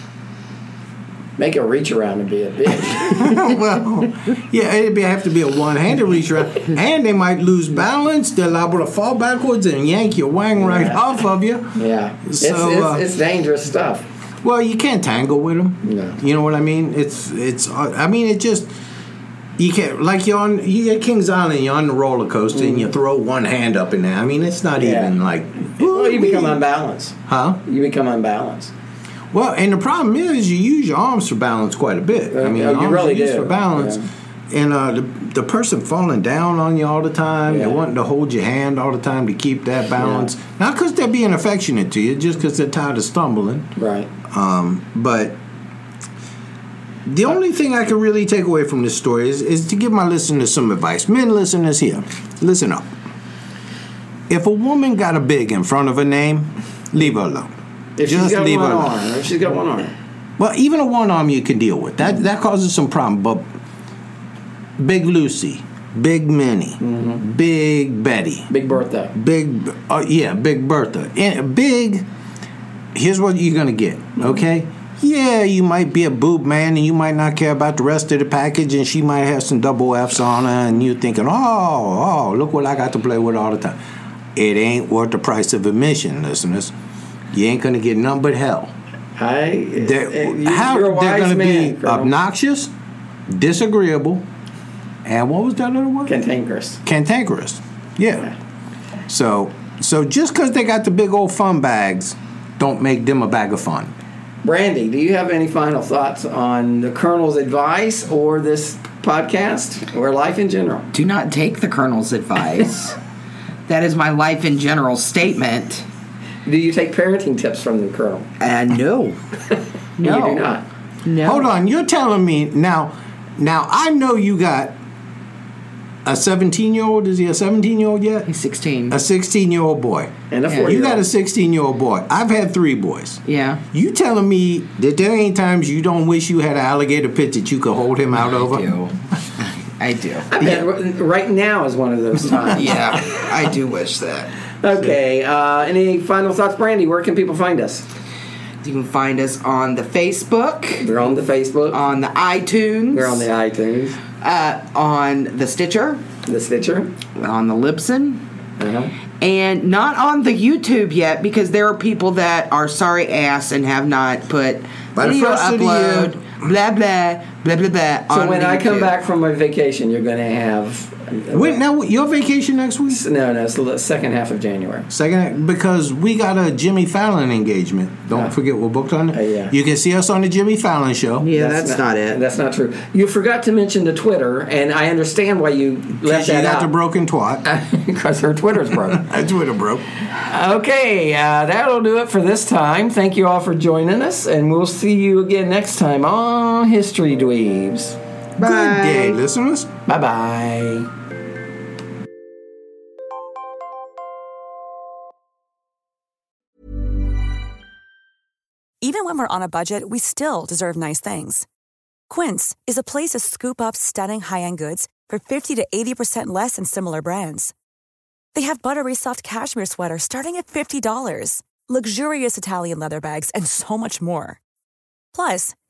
Make her reach around and be a [laughs] bitch. [laughs] well, yeah, it'd be, have to be a one-handed reach around, and they might lose balance. They're liable to fall backwards and yank your wang right off of you. yeah. It's, So, it's, uh, it's dangerous stuff. Well, you can't tangle with them. No. You know what I mean? It's it's. uh, I mean, it just you can't like you're on you get King's Island. You're on the roller coaster and you throw one hand up in there. I mean, it's not Mm. Yeah. even like. Well, you become unbalanced. Huh? You become unbalanced. Well, and the problem is you use your arms for balance quite a bit. Uh, I mean, oh, your you arms really are used do, for balance. yeah. And uh, the, the person falling down on you all the time, Yeah. they wanting to hold your hand all the time to keep that balance. Not because they're being affectionate to you, just because they're tired of stumbling. Right. Uh, Um, But the only thing I can really take away from this story is, is to give my listeners some advice. Men listeners here, listen up. If a woman got a big in front of her name, leave her alone. If she's Just got leave one her alone. arm, if she's got one arm. Well, even a one arm you can deal with. That that causes some problem. But Big Lucy, Big Minnie, Mm-hmm. Big Betty, Big birthday. Big uh, yeah, Big Bertha, and Big. Here's what you're gonna get. Okay. Yeah, you might be a boob man and you might not care about the rest of the package, and she might have some double F's on her, and you're thinking, oh, oh, look what I got to play with all the time. It ain't worth the price of admission, listeners. You ain't gonna get none but hell I, they're, eh, you- how you're a they're wise going to man, be Colonel. obnoxious, disagreeable, and what was that other word? Cantankerous. Cantankerous. Yeah. So so just because they got the big old fun bags, don't make them a bag of fun. Brandy, do you have any final thoughts on the Colonel's advice or this podcast or life in general? Do not take the colonel's [laughs] advice. that is my life in general statement. Do you take parenting tips from the Colonel? And Uh, no. No. You do not. No. Hold on, you're telling me now. Now I know you got a 17 year old. Is he a 17 year old yet? He's 16. A 16 year old boy. And a Yeah. four You got a 16 year old boy. I've had three boys. Yeah. You telling me that there ain't times you don't wish you had an alligator pit that you could hold him out over? I do. I do. Yeah, r- right now is one of those times. Yeah, I do wish that. Okay. Uh, any final thoughts, Brandy? Where can people find us? You can find us on the Facebook, We're on the Facebook. on the iTunes, we're on the iTunes, uh, on the Stitcher, the Stitcher. on the Libsyn, Uh-huh. and not on the YouTube yet because there are people that are sorry ass and have not put By the video first of the upload, blah blah blah blah blah. So on when the I come YouTube. back from my vacation, you're going to have. uh, Wait, now your vacation next week? No, no, it's the second half of January. Second, because we got a Jimmy Fallon engagement. Don't forget, we're booked on it. Uh, yeah. You can see us on the Jimmy Fallon show. yeah, that's, not, it. That's not true. You forgot to mention the Twitter, and I understand why you left Because you that got [laughs] the out. broken twat. Because her Twitter's broken. That's what it broke. Okay, uh, that'll do it for this time. Thank you all for joining us, and we'll see you again next time on History Dweebs. Good day, listeners. Bye bye. Even when we're on a budget, we still deserve nice things. Quince is a place to scoop up stunning high end goods for 50 to 80% less than similar brands. They have buttery soft cashmere sweaters starting at $50, luxurious Italian leather bags, and so much more. Plus,